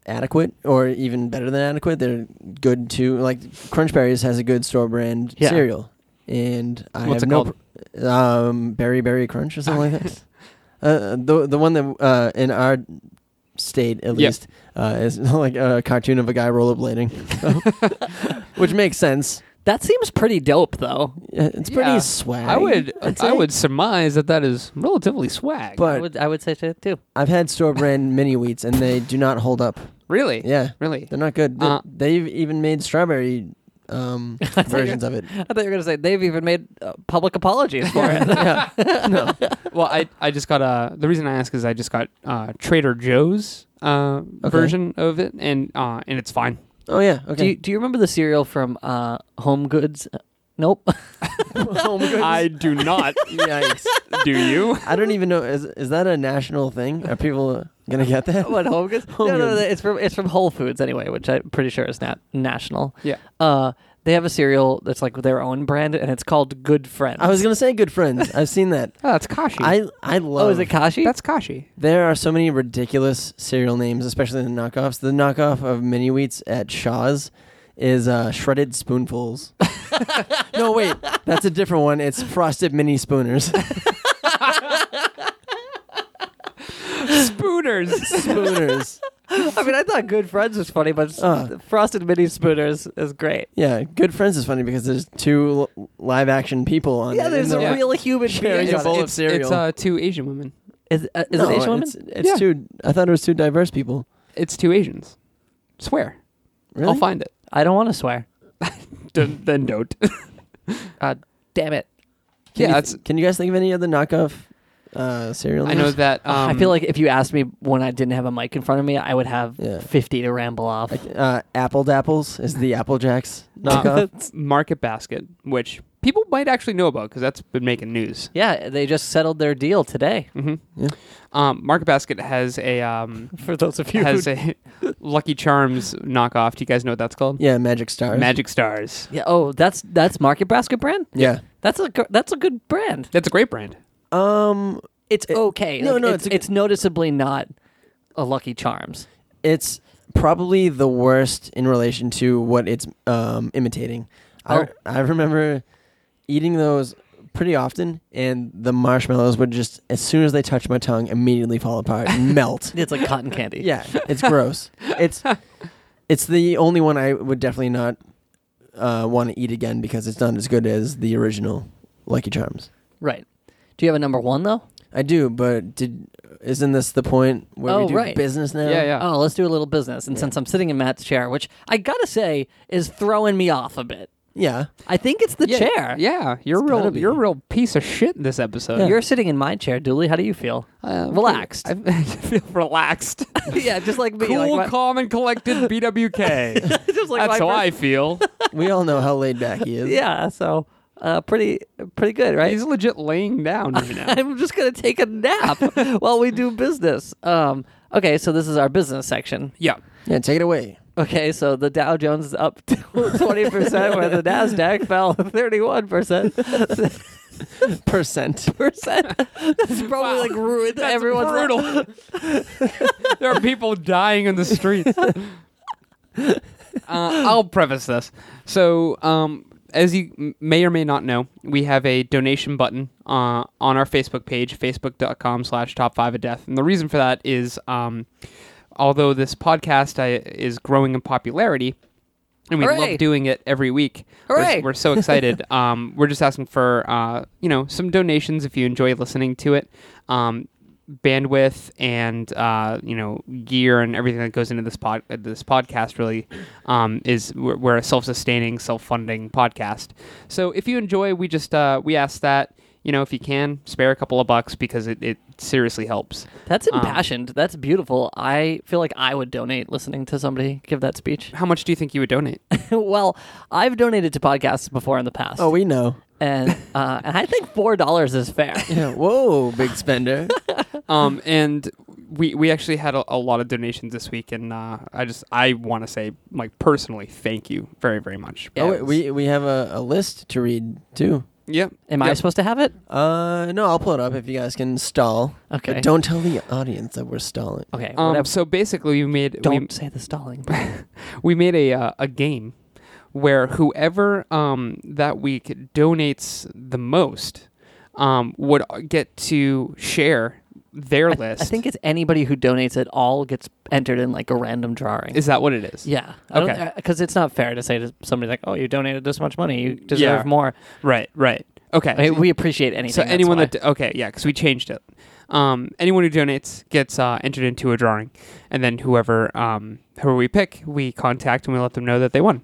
adequate or even better than adequate. They're good too. Like Crunch Berries has a good store brand
Yeah.
cereal, and I
What's
have
it
no
called?
pr- um Berry Berry Crunch or something like
<laughs>
that. Uh, the the one that uh, in our state at
Yeah.
least uh, is <laughs> like a cartoon of a
<laughs>
guy rollerblading, <laughs> which makes sense.
That seems pretty dope, though.
Yeah, It's pretty
Yeah.
swag.
I would
I'd
I
say.
would surmise that that is relatively swag.
I
but
would I would say so, too.
I've had store brand mini wheats and they do not hold up.
really,
Yeah,
really,
they're not good. They,
Uh,
they've even made strawberry
<laughs>
um, versions of it.
I thought you were gonna say they've even made uh, public apologies for it.
<laughs> yeah. No.
well, I, I just got a. The reason I ask is I just got uh, Trader Joe's uh, version of it, and uh, and it's fine.
Oh yeah.
Do you,
Okay.
do you remember the cereal from uh, Home Goods? Uh, Nope.
<laughs> oh my goodness.
I do not.
Yikes.
do
<laughs>
you?
I don't even know. Is is that a national thing? Are people gonna
<laughs>
get
<laughs>
that?
what Home Goods?
Home
no, no,
Goods.
no, it's from it's from Whole Foods anyway, which I'm pretty sure is nat- national.
Yeah.
Uh, they have a cereal that's like their own brand, and it's called Good Friends.
I was gonna say good friends. I've
<laughs>
seen that.
Oh, that's Kashi.
I I love.
oh, is it Kashi?
that's Kashi.
There are so many ridiculous cereal names, especially the knockoffs. The knockoff of Mini Wheats at Shaw's is uh,
<laughs>
Shredded Spoonfuls. no, wait, that's a different one. It's Frosted
<laughs>
Mini Spooners.
Spooners.
Spooners.
<laughs> I mean, I thought Good Friends was funny, but s-
Uh.
Frosted Mini Spooners is great.
Yeah, Good Friends is funny because there's two l- live action people on it.
Yeah,
and
there's a
they're-
Yeah.
real human
Sharing
being
a
on
bowl
it.
of
it's,
cereal.
It's uh, two Asian women.
Is, uh, is
No,
it Asian woman?
It's, it's
Yeah.
two. I thought it was two diverse people.
It's two Asians. Swear.
Really?
I'll find it.
I don't want to swear.
D- then don't.
Damn it.
Can
yeah,
you,
it's-
can you guys think of any other knockoff uh, cereal?
I know
names?
that. Um,
I feel like if you asked me when I didn't have a mic in front of me, I would have
Yeah.
50 to ramble off.
Like, uh, Apple Dapples is the Apple Jacks
<laughs>
uh, <laughs>
knockoff.
Market Basket, which people might actually know about because that's been making news.
Yeah, they just settled their deal today.
hmm
Yeah.
Um, Market Basket has a <laughs> um,
For those of
has a Lucky Charms knockoff. Do you guys know what that's called?
yeah, Magic Stars.
Magic Stars.
yeah, oh, that's that's Market Basket brand.
Yeah.
That's a gr- that's a good brand.
That's a great brand.
Um,
It's
It-
okay.
no,
Like,
no,
it's
it's a
it's,
good-
noticeably not a Lucky Charms.
it's probably the worst in relation to what it's um imitating.
Oh.
I I remember eating those pretty often, and the marshmallows would just, as soon as they touch my tongue, immediately fall
<laughs>
apart, and melt.
It's like cotton <laughs> candy.
Yeah, it's gross.
<laughs>
It's it's the only one I would definitely not uh, want to eat again because it's not as good as the original Lucky Charms.
Right. Do you have a number one though?
I do, but did isn't this the point where
Oh,
we do
right.
business now?
Yeah, yeah.
Oh, let's do a little business. And
Yeah.
since I'm sitting in Matt's chair, which I gotta say is throwing me off a bit,
yeah.
I think it's the
yeah,
chair.
Yeah, you're
It's
a real.
gotta be.
You're a real piece of shit in this episode.
You're sitting in my chair, Dooley. How do you feel?
Uh,
relaxed.
I, <laughs> I feel relaxed.
<laughs> yeah, just like me.
cool,
like my-
calm, and collected. BWK.
<laughs> just <laughs> like
That's
my
how
first-
I feel.
We all know how laid back he is.
Yeah, so uh, pretty pretty good, <laughs> right?
He's legit laying down right
<laughs>
now.
I'm just gonna take a nap while we do business. Um, okay, so this is our business section.
yeah.
Yeah, take it away.
Okay, so the Dow Jones <laughs> is up 20 percent, where the Nasdaq fell 31 percent.
percent.
percent. <laughs> That's probably
Wow.
like ruined
That's
everyone's
brutal. there are people dying in the streets. uh, I'll preface this. So, um, as you m- may or may not know, we have a donation button uh, on our Facebook page, facebook.com slash top five of death. And the reason for that is um, although this podcast I, is growing in popularity, and we
Hooray.
love doing it every week. We're-
Hooray.
We're, so excited. um, we're just asking for uh, you know some donations if you enjoy listening to it. Um, bandwidth and uh, you know gear and everything that goes into this pod uh, this podcast really um, is we're, we're a self sustaining self funding podcast. So if you enjoy, we just uh, we ask that you know if you can spare a couple of bucks because it, it seriously helps.
That's
Um,
impassioned. That's beautiful. I feel like I would donate listening to somebody give that speech. <laughs>
How much do you think you would donate?
well, I've donated to podcasts before in the past.
Oh, we know.
<laughs> and uh, and I think four dollars is fair.
Yeah. Whoa, big <laughs> spender.
um, and we we actually had a, a lot of donations this week, and uh, I just I want to say like personally, thank you very very much.
oh,
It
wait,
was-
we we have a, a list to read too.
yep.
Am I
yep.
supposed to have it?
Uh, no, I'll pull it up if you guys can stall.
Okay.
But don't tell the audience that we're stalling.
Okay.
Um,
whatever.
so basically, we made
Don't
we,
say the stalling.
we made a uh, a game where whoever um, that week donates the most um, would get to share their
I,
list.
I think it's anybody who donates at all gets entered in like a random drawing.
is that what it is?
yeah.
Okay.
Because it's not fair to say to somebody like, "Oh, you donated this much money. You deserve
Yeah.
more."
Right. Right. Okay.
I mean, we appreciate anything.
So
that's
anyone
why.
that okay, yeah, because we changed it. Um, anyone who donates gets uh, entered into a drawing, and then whoever um, whoever we pick, we contact and we let them know that they won.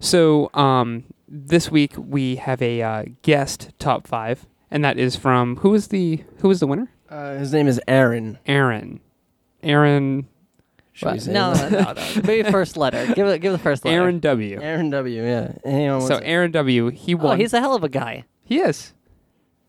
So um, this week we have a uh, guest top five, and that is from who is the who is the winner?
Uh, his name is Aaron.
Aaron. Aaron.
Should
Well,
we say
no,
that?
no, no, no.
<laughs>
Maybe first letter. Give it. Give the first letter.
Aaron W.
Aaron W. Yeah. Hang on one
So
sec.
Aaron W. He
Oh,
won.
he's a hell of a guy.
he is.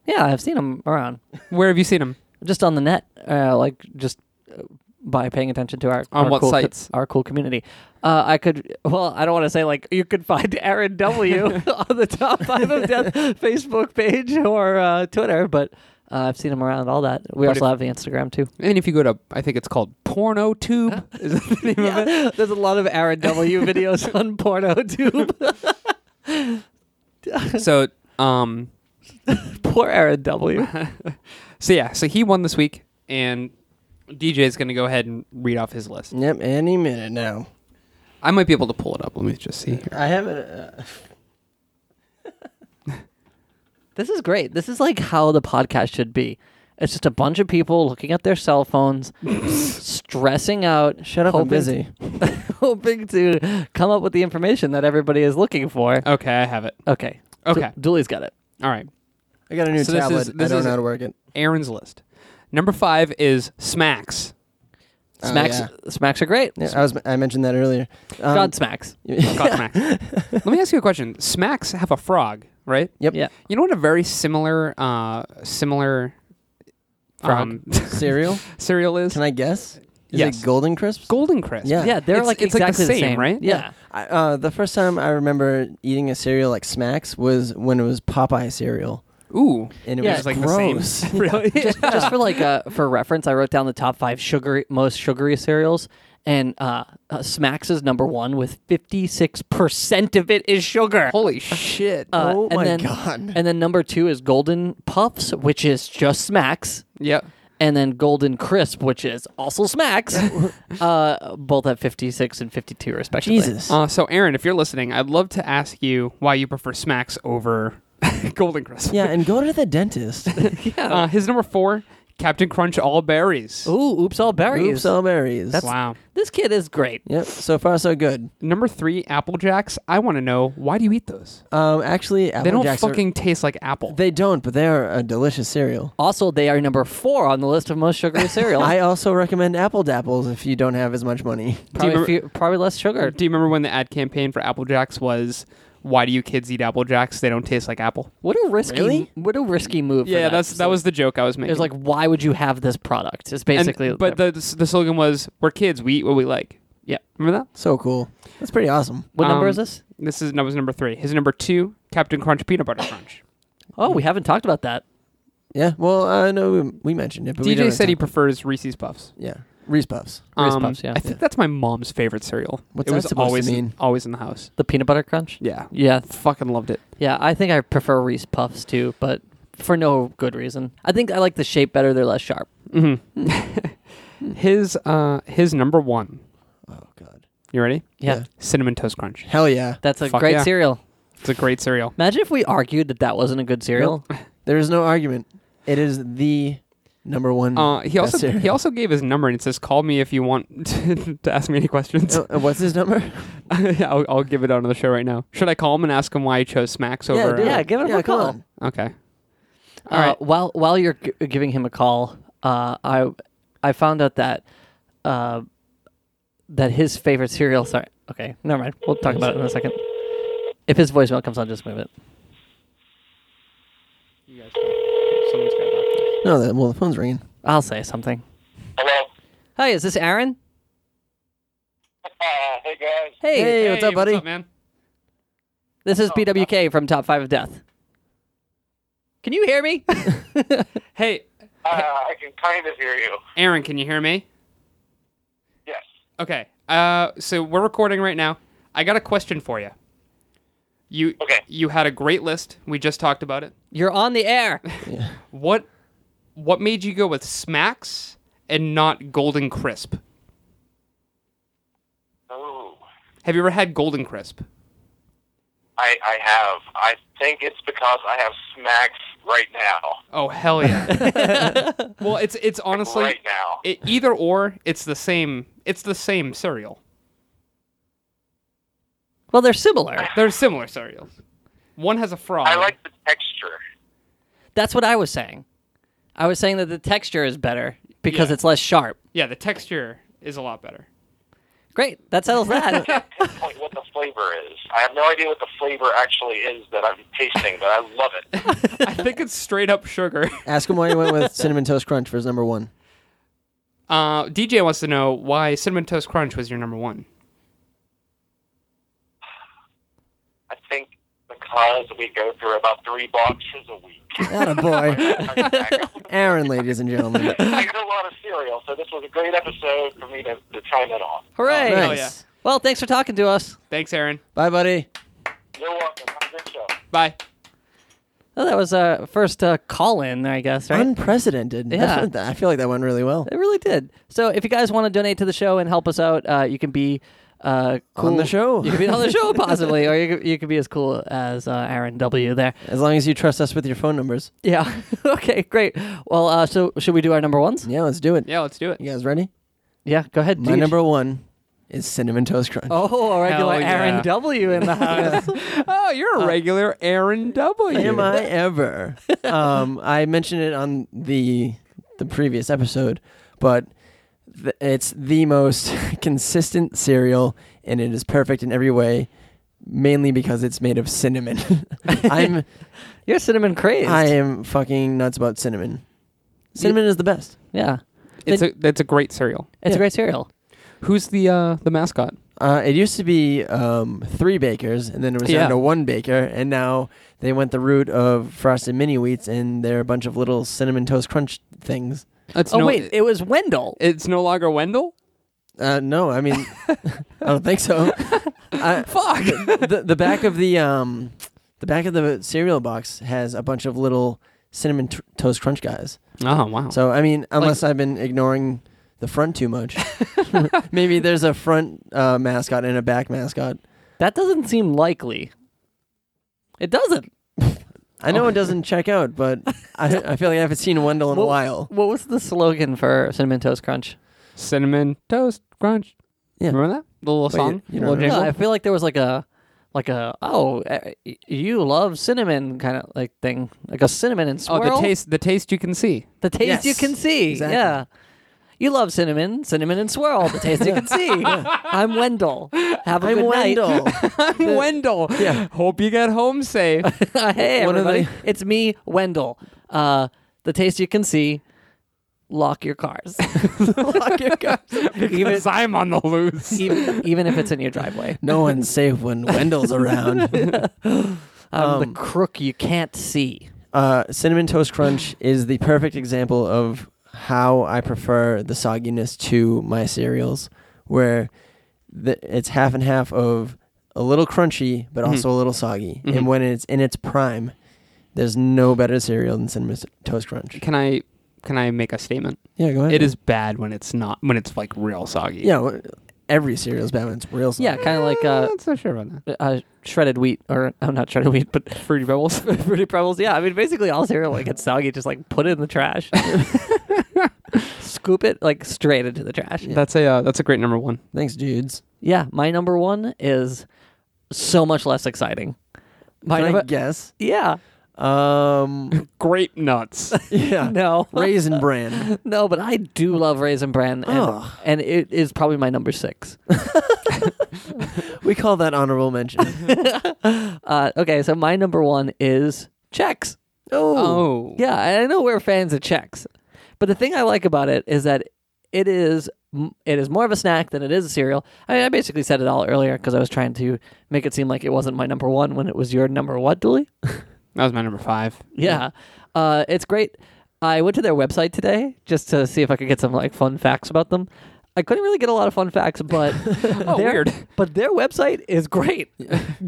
Yeah, I've seen him around,
Where have you seen him?
just on the net, uh, like just uh, by paying attention to our
On
our
what
cool co-
sites?
our cool community. Uh, I could. Well, I don't want to say like you could find <laughs> Aaron W. on the top five of death <laughs> Facebook page or uh, Twitter, but uh, I've seen him around all that. We
But
also
if-
have the Instagram too.
And if you go to, I think it's called
<laughs>
PornoTube. is that the name of it?
Yeah, there's a lot of Aaron W. videos on PornoTube.
So um,
<laughs> Poor Aaron W.
So yeah, so he won this week, and DJ is going to go ahead and read off his list.
Yep. Any minute now.
I might be able to pull it up. Let me just see here.
I have a. Uh,
This is great. This is like how the podcast should be. It's just a bunch of people looking at their cell phones, stressing out,
shut up. I'm
hoping,
busy.
<laughs> hoping to come up with the information that everybody is looking for.
Okay, I have it.
Okay.
Okay,
Du- Dooley's got it.
all right.
I got a new
So this
tablet.
is- this
I don't
is-
know how to work it.
Aaron's list. Number five is <laughs> Smacks.
Oh,
Smacks,
yeah.
smacks are great.
Yeah, I was. I mentioned that earlier. Um,
God smacks.
<laughs>
Called Smacks. Let me ask you a question. Smacks have a frog, right?
Yep.
Yeah.
You know what a very similar, uh, similar
Frog.
um, <laughs>
Cereal.
cereal is?
Can I guess? Is
Yes.
it Golden Crisps?
Golden Crisp.
Yeah.
Yeah, they're
It's-
like
it's like the
exactly
same, right?
Yeah.
I, uh, the first time I remember eating a cereal like Smacks was when it was Popeye cereal,
Ooh.
and it
Yeah,
was
it's like the same. <laughs>
gross. <laughs>
Really?
<laughs> just, just for like uh, for reference, I wrote down the top five sugary most sugary cereals, and uh, uh, Smacks is number one with fifty six percent of it is sugar.
Holy shit.
Uh,
oh
and
my
then-
<laughs>
god! <laughs>
And then number two is Golden Puffs, which is just Smacks,
yeah.
and then Golden Crisp, which is also
<laughs>
Smacks. uh, both at fifty six and fifty two respectively.
Jesus.
Uh, so Aaron, if you're listening, I'd love to ask you why you prefer Smacks over <laughs> Golden Crisp.
yeah, and go to
<laughs>
the dentist.
Uh, his number four, Captain Crunch All Berries.
Ooh, oops, all berries.
Oops, all berries.
wow.
This kid is great.
Yep. So far, so good.
Number three, Apple Jacks. I want to know why do you eat those?
Um, actually, Apple
they don't
Jacks are-
fucking taste like apple.
they don't, but they are a delicious cereal.
Also, they are number four on the list of most
<laughs>
sugary cereals.
I also recommend Apple Dapples if you don't have as much money. <laughs>
probably,
remember-
few- probably less sugar.
do you remember when the ad campaign for Apple Jacks was? Why do you kids eat Apple Jacks? They don't taste like apple.
What a risky,
Really?
what a risky move. for
Yeah,
that.
that's that was the joke I was
It
making.
was like, why would you have this product? It's
And-
basically,
but the the slogan was, "We're kids. We eat what we like."
Yeah.
remember that?
So cool. That's pretty awesome.
what number
um,
is this?
This is that was number three. His number two, Captain Crunch Peanut Butter Crunch.
Oh, we haven't talked about that.
Yeah. Well, I know we, we mentioned it, but we
DJ
didn't
said he
talk-
prefers Reese's Puffs.
yeah, Reese Puffs.
Reese Puffs, yeah.
Um, I think that's my mom's favorite cereal.
What's
it
that
was
supposed to
always
mean?
always in the house.
The peanut butter crunch.
Yeah,
Yeah, th-
fucking loved it.
yeah. I think I prefer Reese Puffs too, but for no good reason. I think I like the shape better. They're less sharp.
hmm <laughs> his uh, his number one.
Oh God.
You ready?
Yeah,
Yeah.
Cinnamon Toast Crunch.
Hell yeah.
that's a
Fuck
great
yeah.
cereal.
It's a great cereal.
Imagine if we argued that that wasn't a good cereal.
There is no argument. It is the number one.
Uh, he
Mm. best
also
cereal.
he also gave his number and it says call me if you want <laughs> to, to ask me any questions. <laughs>
Oh, uh, what's
<laughs>
his number?
I'll, I'll give it out on the show right now. Should I call him and ask him why he chose Smacks over?
do
yeah,
it.
give him
yeah,
a
come
call.
on.
uh, okay.
Uh,
All right.
While while you're g- giving him a call, uh, I I found out that uh, that his favorite cereal. Sorry. Okay. Never mind. We'll talk about it in a second. If his voicemail comes on, just move it.
No, that, well, the phone's ringing.
I'll say something.
Hello.
Hi, is this Aaron?
Uh, hey guys.
Hey,
Hey, what's up, Oh, uh, buddy?
man?
this is BWK from Top Five of Death. Can you
<laughs>
hear me? <laughs>
Hey,
Uh, I can kind of hear you.
Aaron, can you hear me?
Yes.
Okay. Uh, so we're recording right now. I got a question for you. You
Okay.
you had a great list. We just talked about it.
You're on the air.
What what made you go with Smacks and not Golden Crisp?
Oh,
Have you ever had Golden Crisp?
I I have. I think it's because I have smacks right now.
Oh hell yeah! well, it's it's honestly
right now.
it, either or. It's the same. It's the same cereal.
Well, they're similar.
They're similar cereals. One has a frog.
I like the texture.
That's what I was saying. I was saying that the texture is better because
Yeah.
it's less sharp.
Yeah, the texture is a lot better.
Great. That
<laughs>
settles that.
Oh,
Like what the flavor is. I have no idea what the flavor actually is that I'm tasting, but I love it.
I think it's straight up sugar. <laughs>
Ask him why he went
<laughs>
with cinnamon toast crunch for his number one.
Uh, DJ wants to know why Cinnamon Toast Crunch was your number one.
I think because we go through about three boxes a week.
Not a boy,
I
Aaron, ladies and gentlemen.
eat a lot of cereal, so this was a great episode for me to, to chime in on.
Hooray.
Oh,
Nice.
yeah.
Well, thanks for talking to us.
Thanks, Aaron.
Bye, buddy.
You're welcome. Have a good show.
Bye.
Well, Oh, that was our first uh, call in, I guess, right?
Unprecedented. That's
Yeah.
what that- <laughs> I feel like that went really well.
it really did. So if you guys want to donate to the show and help us out, uh, you can be uh, cool.
the show.
You can be on the <laughs> show, possibly, or you can, you can be as cool as uh, Aaron W. there.
As long as you trust us with your phone numbers.
Yeah. <laughs> okay, great. Well, uh, so should we do our number ones?
Yeah, let's do it.
Yeah, let's do it.
You guys ready?
Yeah, go ahead.
My
dude.
number one is cinnamon toast crunch.
Oh, a regular
Hell yeah.
Aaron W.
<laughs>
in the house.
Oh, you're a regular Aaron W.
Am I ever? um, I mentioned it on the the previous episode, but th- it's the most <laughs> consistent cereal, and it is perfect in every way. Mainly because it's made of cinnamon. <laughs> I'm
You're cinnamon crazed.
I am fucking nuts about cinnamon. Cinnamon is the best.
Yeah.
It's a that's a great cereal.
It's
Yeah.
a great cereal.
Who's the uh, the mascot?
Uh, it used to be um, three bakers, and then it was
Yeah.
down to one baker, and now they went the route of frosted mini wheats, and they're a bunch of little cinnamon toast crunch things.
It's
oh,
no-
wait, it was Wendell.
it's no longer Wendell.
Uh, no,
<laughs>
I mean, I don't think so. I,
Fuck.
the, the back of the um, the back of the cereal box has a bunch of little cinnamon t- toast crunch guys.
Oh wow.
So I mean, unless I've been ignoring the front too much, <laughs> maybe there's a front uh, mascot and a back mascot.
That doesn't seem likely. It doesn't.
I know it doesn't check out, but I, I feel like I haven't seen Wendell in a
Well-
while.
What was the slogan for Cinnamon Toast Crunch?
Cinnamon Toast Crunch.
Yeah.
Remember that? The little
Wait,
song?
you
little
don't know.
Yeah,
jingle?
I feel like there was like a like a oh uh, y- you love cinnamon kind of like thing like a cinnamon and swirl
oh, the taste the taste you can see.
the taste
Yes,
you can see
exactly.
yeah you love cinnamon cinnamon and swirl the taste you can <laughs> see I'm Wendell have a
I'm
good
Wendell.
<laughs>
I'm <laughs> Wendell.
Yeah.
Hope you get home
<laughs>
safe.
night <laughs> hey
One of the-
everybody it's me Wendell uh the taste you can see lock your
<laughs>
cars
Lock your <laughs> gun.
because I'm on the loose.
<laughs>
even even if it's in your driveway <laughs>
No one's safe when Wendell's around.
I'm
Um,
the crook you can't see
Uh, cinnamon
<sighs>
toast crunch is the perfect example of how I prefer the sogginess to my cereals, where the, it's half and half of a little crunchy but
Mhm.
Mm-hmm.
also a little soggy.
Mhm.
And when it's in its prime, there's no better cereal than cinnamon S- toast crunch.
Can I can I make a statement?
Yeah, go ahead.
It is bad when it's not when it's like real soggy.
Yeah, well, every cereal is bad when it's real soggy.
Yeah, kind of like
I'm
uh,
Eh, not so sure about
uh, shredded wheat, or I'm not shredded wheat, but <laughs>
that. Fruity
<laughs>
Pebbles.
fruity pebbles. Yeah, I mean, basically all cereal like it's soggy, just like put it in the
<laughs>
trash, scoop it like straight into the trash.
Yeah.
That's a uh, that's a great number one.
Thanks, dudes.
Yeah, my number one is so much less exciting. My
Can I
number-
guess?
yeah,
Um, <laughs>
Grape <laughs> nuts.
yeah.
<laughs> no,
Raisin bran.
no, but I do love raisin bran, and,
Ugh.
and it is probably my number six.
We call that
<laughs>
honorable mention.
Uh, okay, so my number one is checks.
Oh.
Yeah, and I know we're fans of checks, but the thing I like about it is that it is m- it is more of a snack than it is a cereal. I mean, I basically said it all earlier because I was trying to make it seem like it wasn't my number one when it was your number what, Dooley?
That was my number five.
Yeah, Uh, it's great. I went to their website today just to see if I could get some like fun facts about them. I couldn't really get a lot of fun facts, but
Oh,
their,
weird.
But their website is great.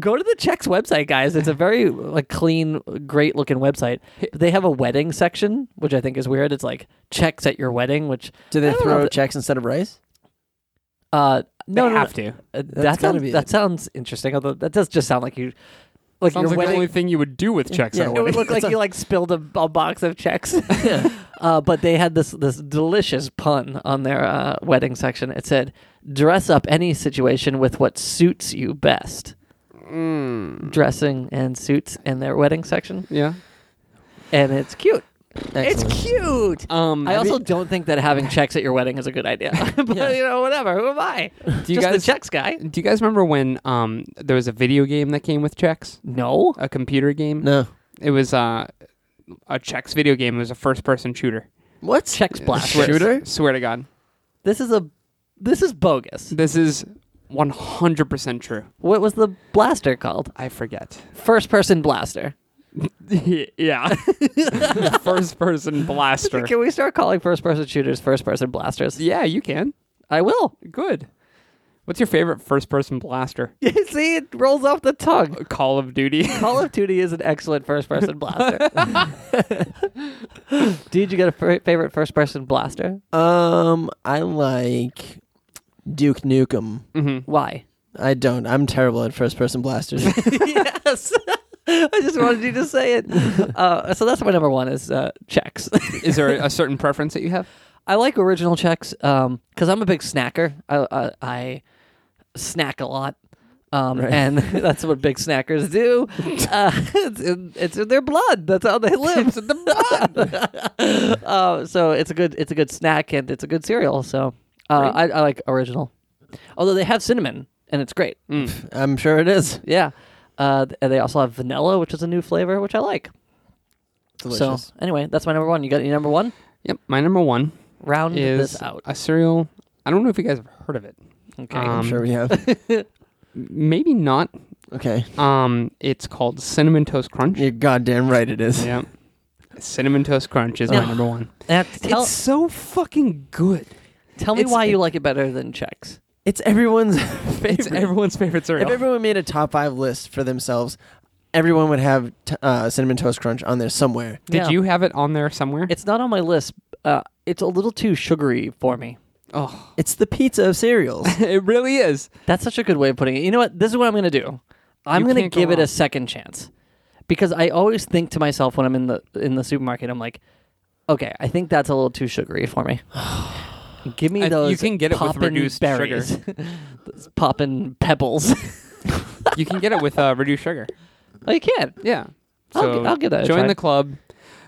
<laughs> Go to the Czechs website, guys. It's a very like clean, great looking website. They have a wedding section, which I think is weird. It's like checks at your wedding, which
Do
I
they
don't know
throw
if-
checks instead of rice?
uh, no,
they
no, no.
have to.
Uh, that
That's gotta
sounds,
be
that
it.
sounds interesting. Although that does just sound like you, like
Sounds
your
like the
wedding.
only thing you would do with checks
Yeah.
at a
it would
wedding.
look like you like spilled a, a box of checks. <laughs> uh, but they had this this delicious pun on their uh, wedding section. It said, "Dress up any situation with what suits you best."
Mm.
dressing and suits in their wedding section,
<laughs> Yeah.
and it's cute.
<laughs> Excellent.
It's cute.
Um.
I also don't think that having checks at your wedding is a good <laughs> idea, but
Yeah.
you know, whatever. Who am I?
do you
Just
guys
the checks guy?
do you guys remember when um there was a video game that came with checks?
No.
A computer game.
No.
It was uh a checks video game. It was a first person shooter.
What?
Checks blast.
Swear-
Shooter?
Swear to God,
This is a. This is bogus.
this is one hundred percent true.
What was the blaster called?
I forget.
First person blaster.
<laughs> yeah. first person blaster.
Can we start calling first person shooters first person blasters?
Yeah, you can.
I will.
Good. What's your favorite first person blaster?
<laughs> See, it rolls off the tongue.
Call of Duty.
Call of Duty is an excellent first person blaster. Did you get a f- favorite first person blaster?
Um, I like Duke Nukem.
hmm
Why?
I don't. I'm terrible at first person
<laughs>
blasters.
yes. <laughs> I just wanted you to say it. Uh, so that's my number one is uh, checks.
Is there a certain preference that you have?
I like original checks because I'm a big snacker. I, I, I snack a lot, um, and <laughs> that's what big
<laughs>
snackers do. Uh, it's, in, it's in their blood. That's how they live. It's in the
<laughs>
blood. <laughs> uh, so it's a good it's a good snack and it's a good cereal. So uh, I, I like original, although they have cinnamon and it's great.
Mm.
I'm sure it is.
Yeah. Uh, th- and they also have vanilla, which is a new flavor, which I like.
Delicious.
So anyway, that's my number one. You got your number one?
Yep. My number one
Round
is
this out.
a cereal. I don't know if you guys have heard of it.
Okay.
um,
I'm sure we have.
<laughs> Maybe not.
okay.
Um, it's called Cinnamon Toast Crunch.
You're goddamn right it is.
Yeah. Cinnamon Toast Crunch is my
Now-
number one.
Now, tell,
it's so fucking good.
tell me
it's-
why you like it better than checks.
It's everyone's <laughs> favorite.
It's everyone's favorite
if
cereal.
everyone made a top five list for themselves, everyone would have t- uh, Cinnamon Toast Crunch on there somewhere.
Did
Yeah.
you have it on there somewhere?
It's not on my list. Uh, it's a little too sugary for me.
oh, <laughs>
It's the pizza of cereals.
it really is.
That's such a good way of putting it. You know what? This is what I'm going to do. I'm
You
going to
can't go
give it
wrong.
a second chance because I always think to myself when I'm in the in the supermarket, I'm like, okay, I think that's a little too sugary
<sighs>
for me. give me
I- you
those.
can get it with
poppin'
reduced sugar.
berries. <laughs> Those poppin' pebbles. <laughs>
You can get it with uh, reduced sugar.
oh, you can.
Yeah.
I'll gi- I'll give that a
Join
try.
the club.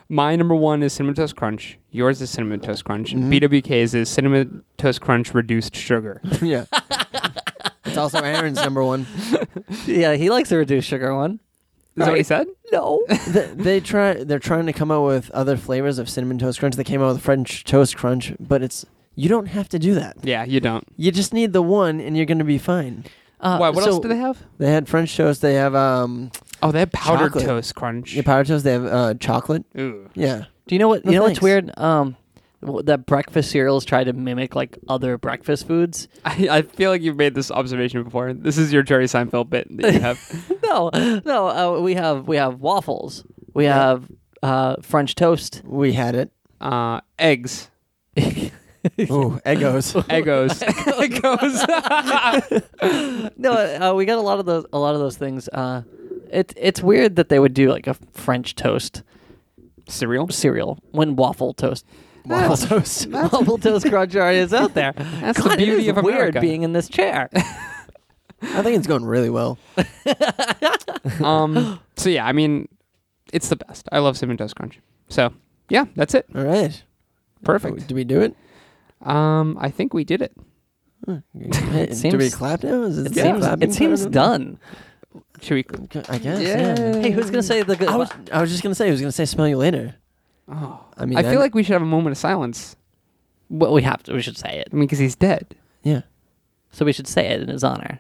My number one is Cinnamon Toast Crunch. Yours is Cinnamon Toast Crunch.
Mm-hmm.
And BWK's is Cinnamon Toast Crunch Reduced Sugar.
<laughs>
<laughs>
yeah. it's also Aaron's number one.
Yeah, he likes the reduced sugar one.
Is that what he
Right.
said?
No.
Th- they try. They're trying to come out with other flavors of cinnamon toast crunch. They came out with French toast crunch, but it's you don't have to do that.
Yeah, you don't.
You just need the one, and you're gonna be fine.
Uh,
<laughs> Why? What
so
else do they have?
They had French toast. They have um,
Oh, they have powdered
Chocolate.
toast crunch.
Your powder toast. They have uh, chocolate.
Ooh. <laughs>
Yeah.
Do you know what?
No,
you know
thanks.
what's weird? Um, w- that breakfast cereals try to mimic like other breakfast foods.
I, I feel like you've made this observation before. This is your Jerry Seinfeld bit that you
<laughs>
have.
<laughs> no, no. Uh, we have we have waffles. We have uh, French <laughs> toast.
We had it.
uh, eggs.
Ooh,
<laughs>
Eggos.
Egos. Egos.
No, uh, we got a lot of those. A lot of those things. Uh, it's it's weird that they would do like a French toast
Cereal.
cereal when waffle toast.
Waffle toast.
Waffle <laughs> toast crunch already is out there. That's
the beauty of America.
Weird being in this <laughs> chair.
I think it's going really well.
<laughs> Um. So yeah, I mean, it's the best. I love cinnamon toast crunch. So yeah, that's it.
All right.
Perfect.
Did
<laughs>
we do it?
Um, I think we did it.
Hey,
seems-
do we clap now? Is
It
the
seems
clapping
it seems
part
done.
Should we?
of it? I guess.
Yeah.
Yeah.
Hey, who's gonna say the good?
I was, I was just gonna say. I was gonna say, smell you later.
Oh,
I mean,
I feel
I'm-
like we should have a moment of silence.
well, we have to. We should say it.
I mean, because he's dead.
yeah.
So we should say it in his honor.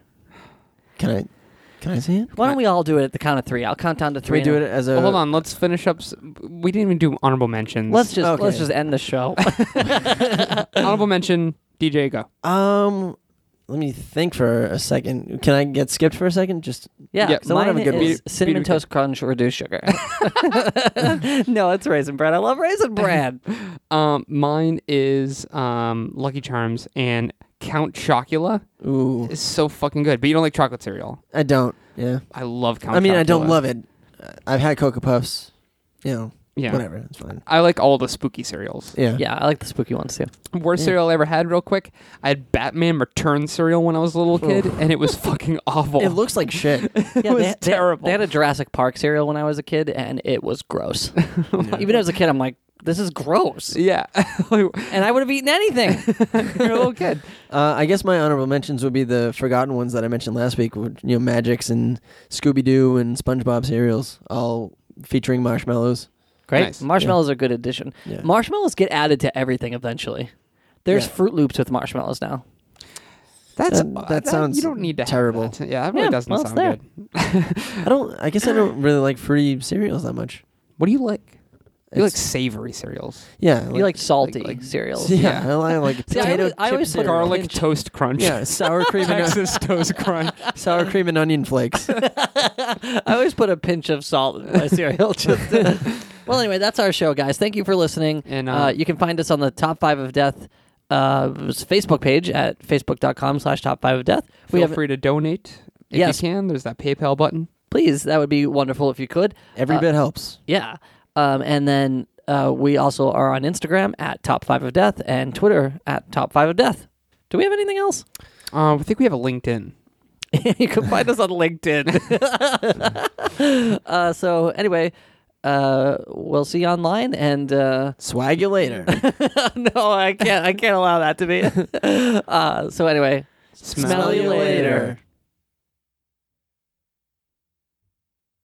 Can I? Can I say it?
Why don't we all do it at the count of three? I'll count down to
Can we
three.
do it
and-
as a?
Well, hold on. Let's finish up. s- We didn't even do honorable mentions.
Let's just
Okay.
let's just end the <laughs> show.
<clears throat> honorable mention. DJ, go.
Um, let me think for a second. Can I get skipped for a second? Just
yeah,
Yeah,
yeah
I
wanna have a good
is
beat-
cinnamon
beat-
toast crunch reduced sugar. <laughs> no, it's raisin bread. I love raisin bread.
Um, mine is um Lucky Charms and Count Chocula
ooh,
is so fucking good. But you don't like chocolate cereal.
I don't. Yeah.
I love Count.
I mean, I
Chocula.
don't love it. Uh, I've had Cocoa Puffs. You know,
Yeah.
whatever. It's fine.
I like all the spooky cereals.
Yeah.
<laughs> yeah, I like the spooky ones too.
Worst cereal I ever had, real quick. I had Batman Return cereal when I was a little kid, and it was fucking awful.
<laughs> It looks
Oh.
like <laughs> shit.
Yeah,
was
they, they-
terrible.
They, had a Jurassic Park cereal when I was a kid, and it was <laughs> gross. Even as a kid, I'm like, this is gross,
yeah. <laughs> Like,
and I would have eaten anything. <laughs>
You're a little kid.
Uh, I guess my honorable mentions would be the forgotten ones that I mentioned last week, which, you know, Magix and Scooby Doo and SpongeBob cereals, all featuring marshmallows.
Great,
Nice.
marshmallows are a good addition.
Yeah.
Marshmallows get added to everything eventually. There's
Yeah.
Fruit Loops with marshmallows now.
That's
That- that sounds
Uh, You don't need to have
terrible.
that. Yeah, that really
Yeah,
doesn't
well, it's
sound
there.
good.
I don't. I guess I don't really like fruity cereals that much.
What do you like? You like
It's-
savory cereals.
Yeah.
You like salty
like-
cereals.
<laughs> Yeah,
yeah.
I like, I like
<laughs> See, I
potato
always- I
chip
always put
cereal.
Garlic
Pinch-
toast crunch.
<laughs>
Yeah, sour cream
<laughs>
and
Texas toast crunch.
sour cream and onion flakes.
I always put a pinch of salt in my cereal. Just well, anyway, that's our show, guys. Thank you for listening.
And,
uh,
uh,
you can find us on the Top Five of Death uh, Facebook page at facebook.com slash Top Five of Death. We
Feel
have
free to donate if
Yes.
you can. There's that PayPal button.
please. That would be wonderful if you could.
Every
Uh,
bit helps.
Yeah. Um, and then uh, we also are on Instagram at Top Five of Death and Twitter at Top Five of Death. Do we have anything else? <laughs>
Uh, I think we have a LinkedIn.
you can find
<laughs>
us on LinkedIn. uh, so anyway, uh, we'll see you online. And uh,
Swag you later.
<laughs> no, <laughs> I can't. I can't allow that to be. uh, so anyway,
Smell
you later.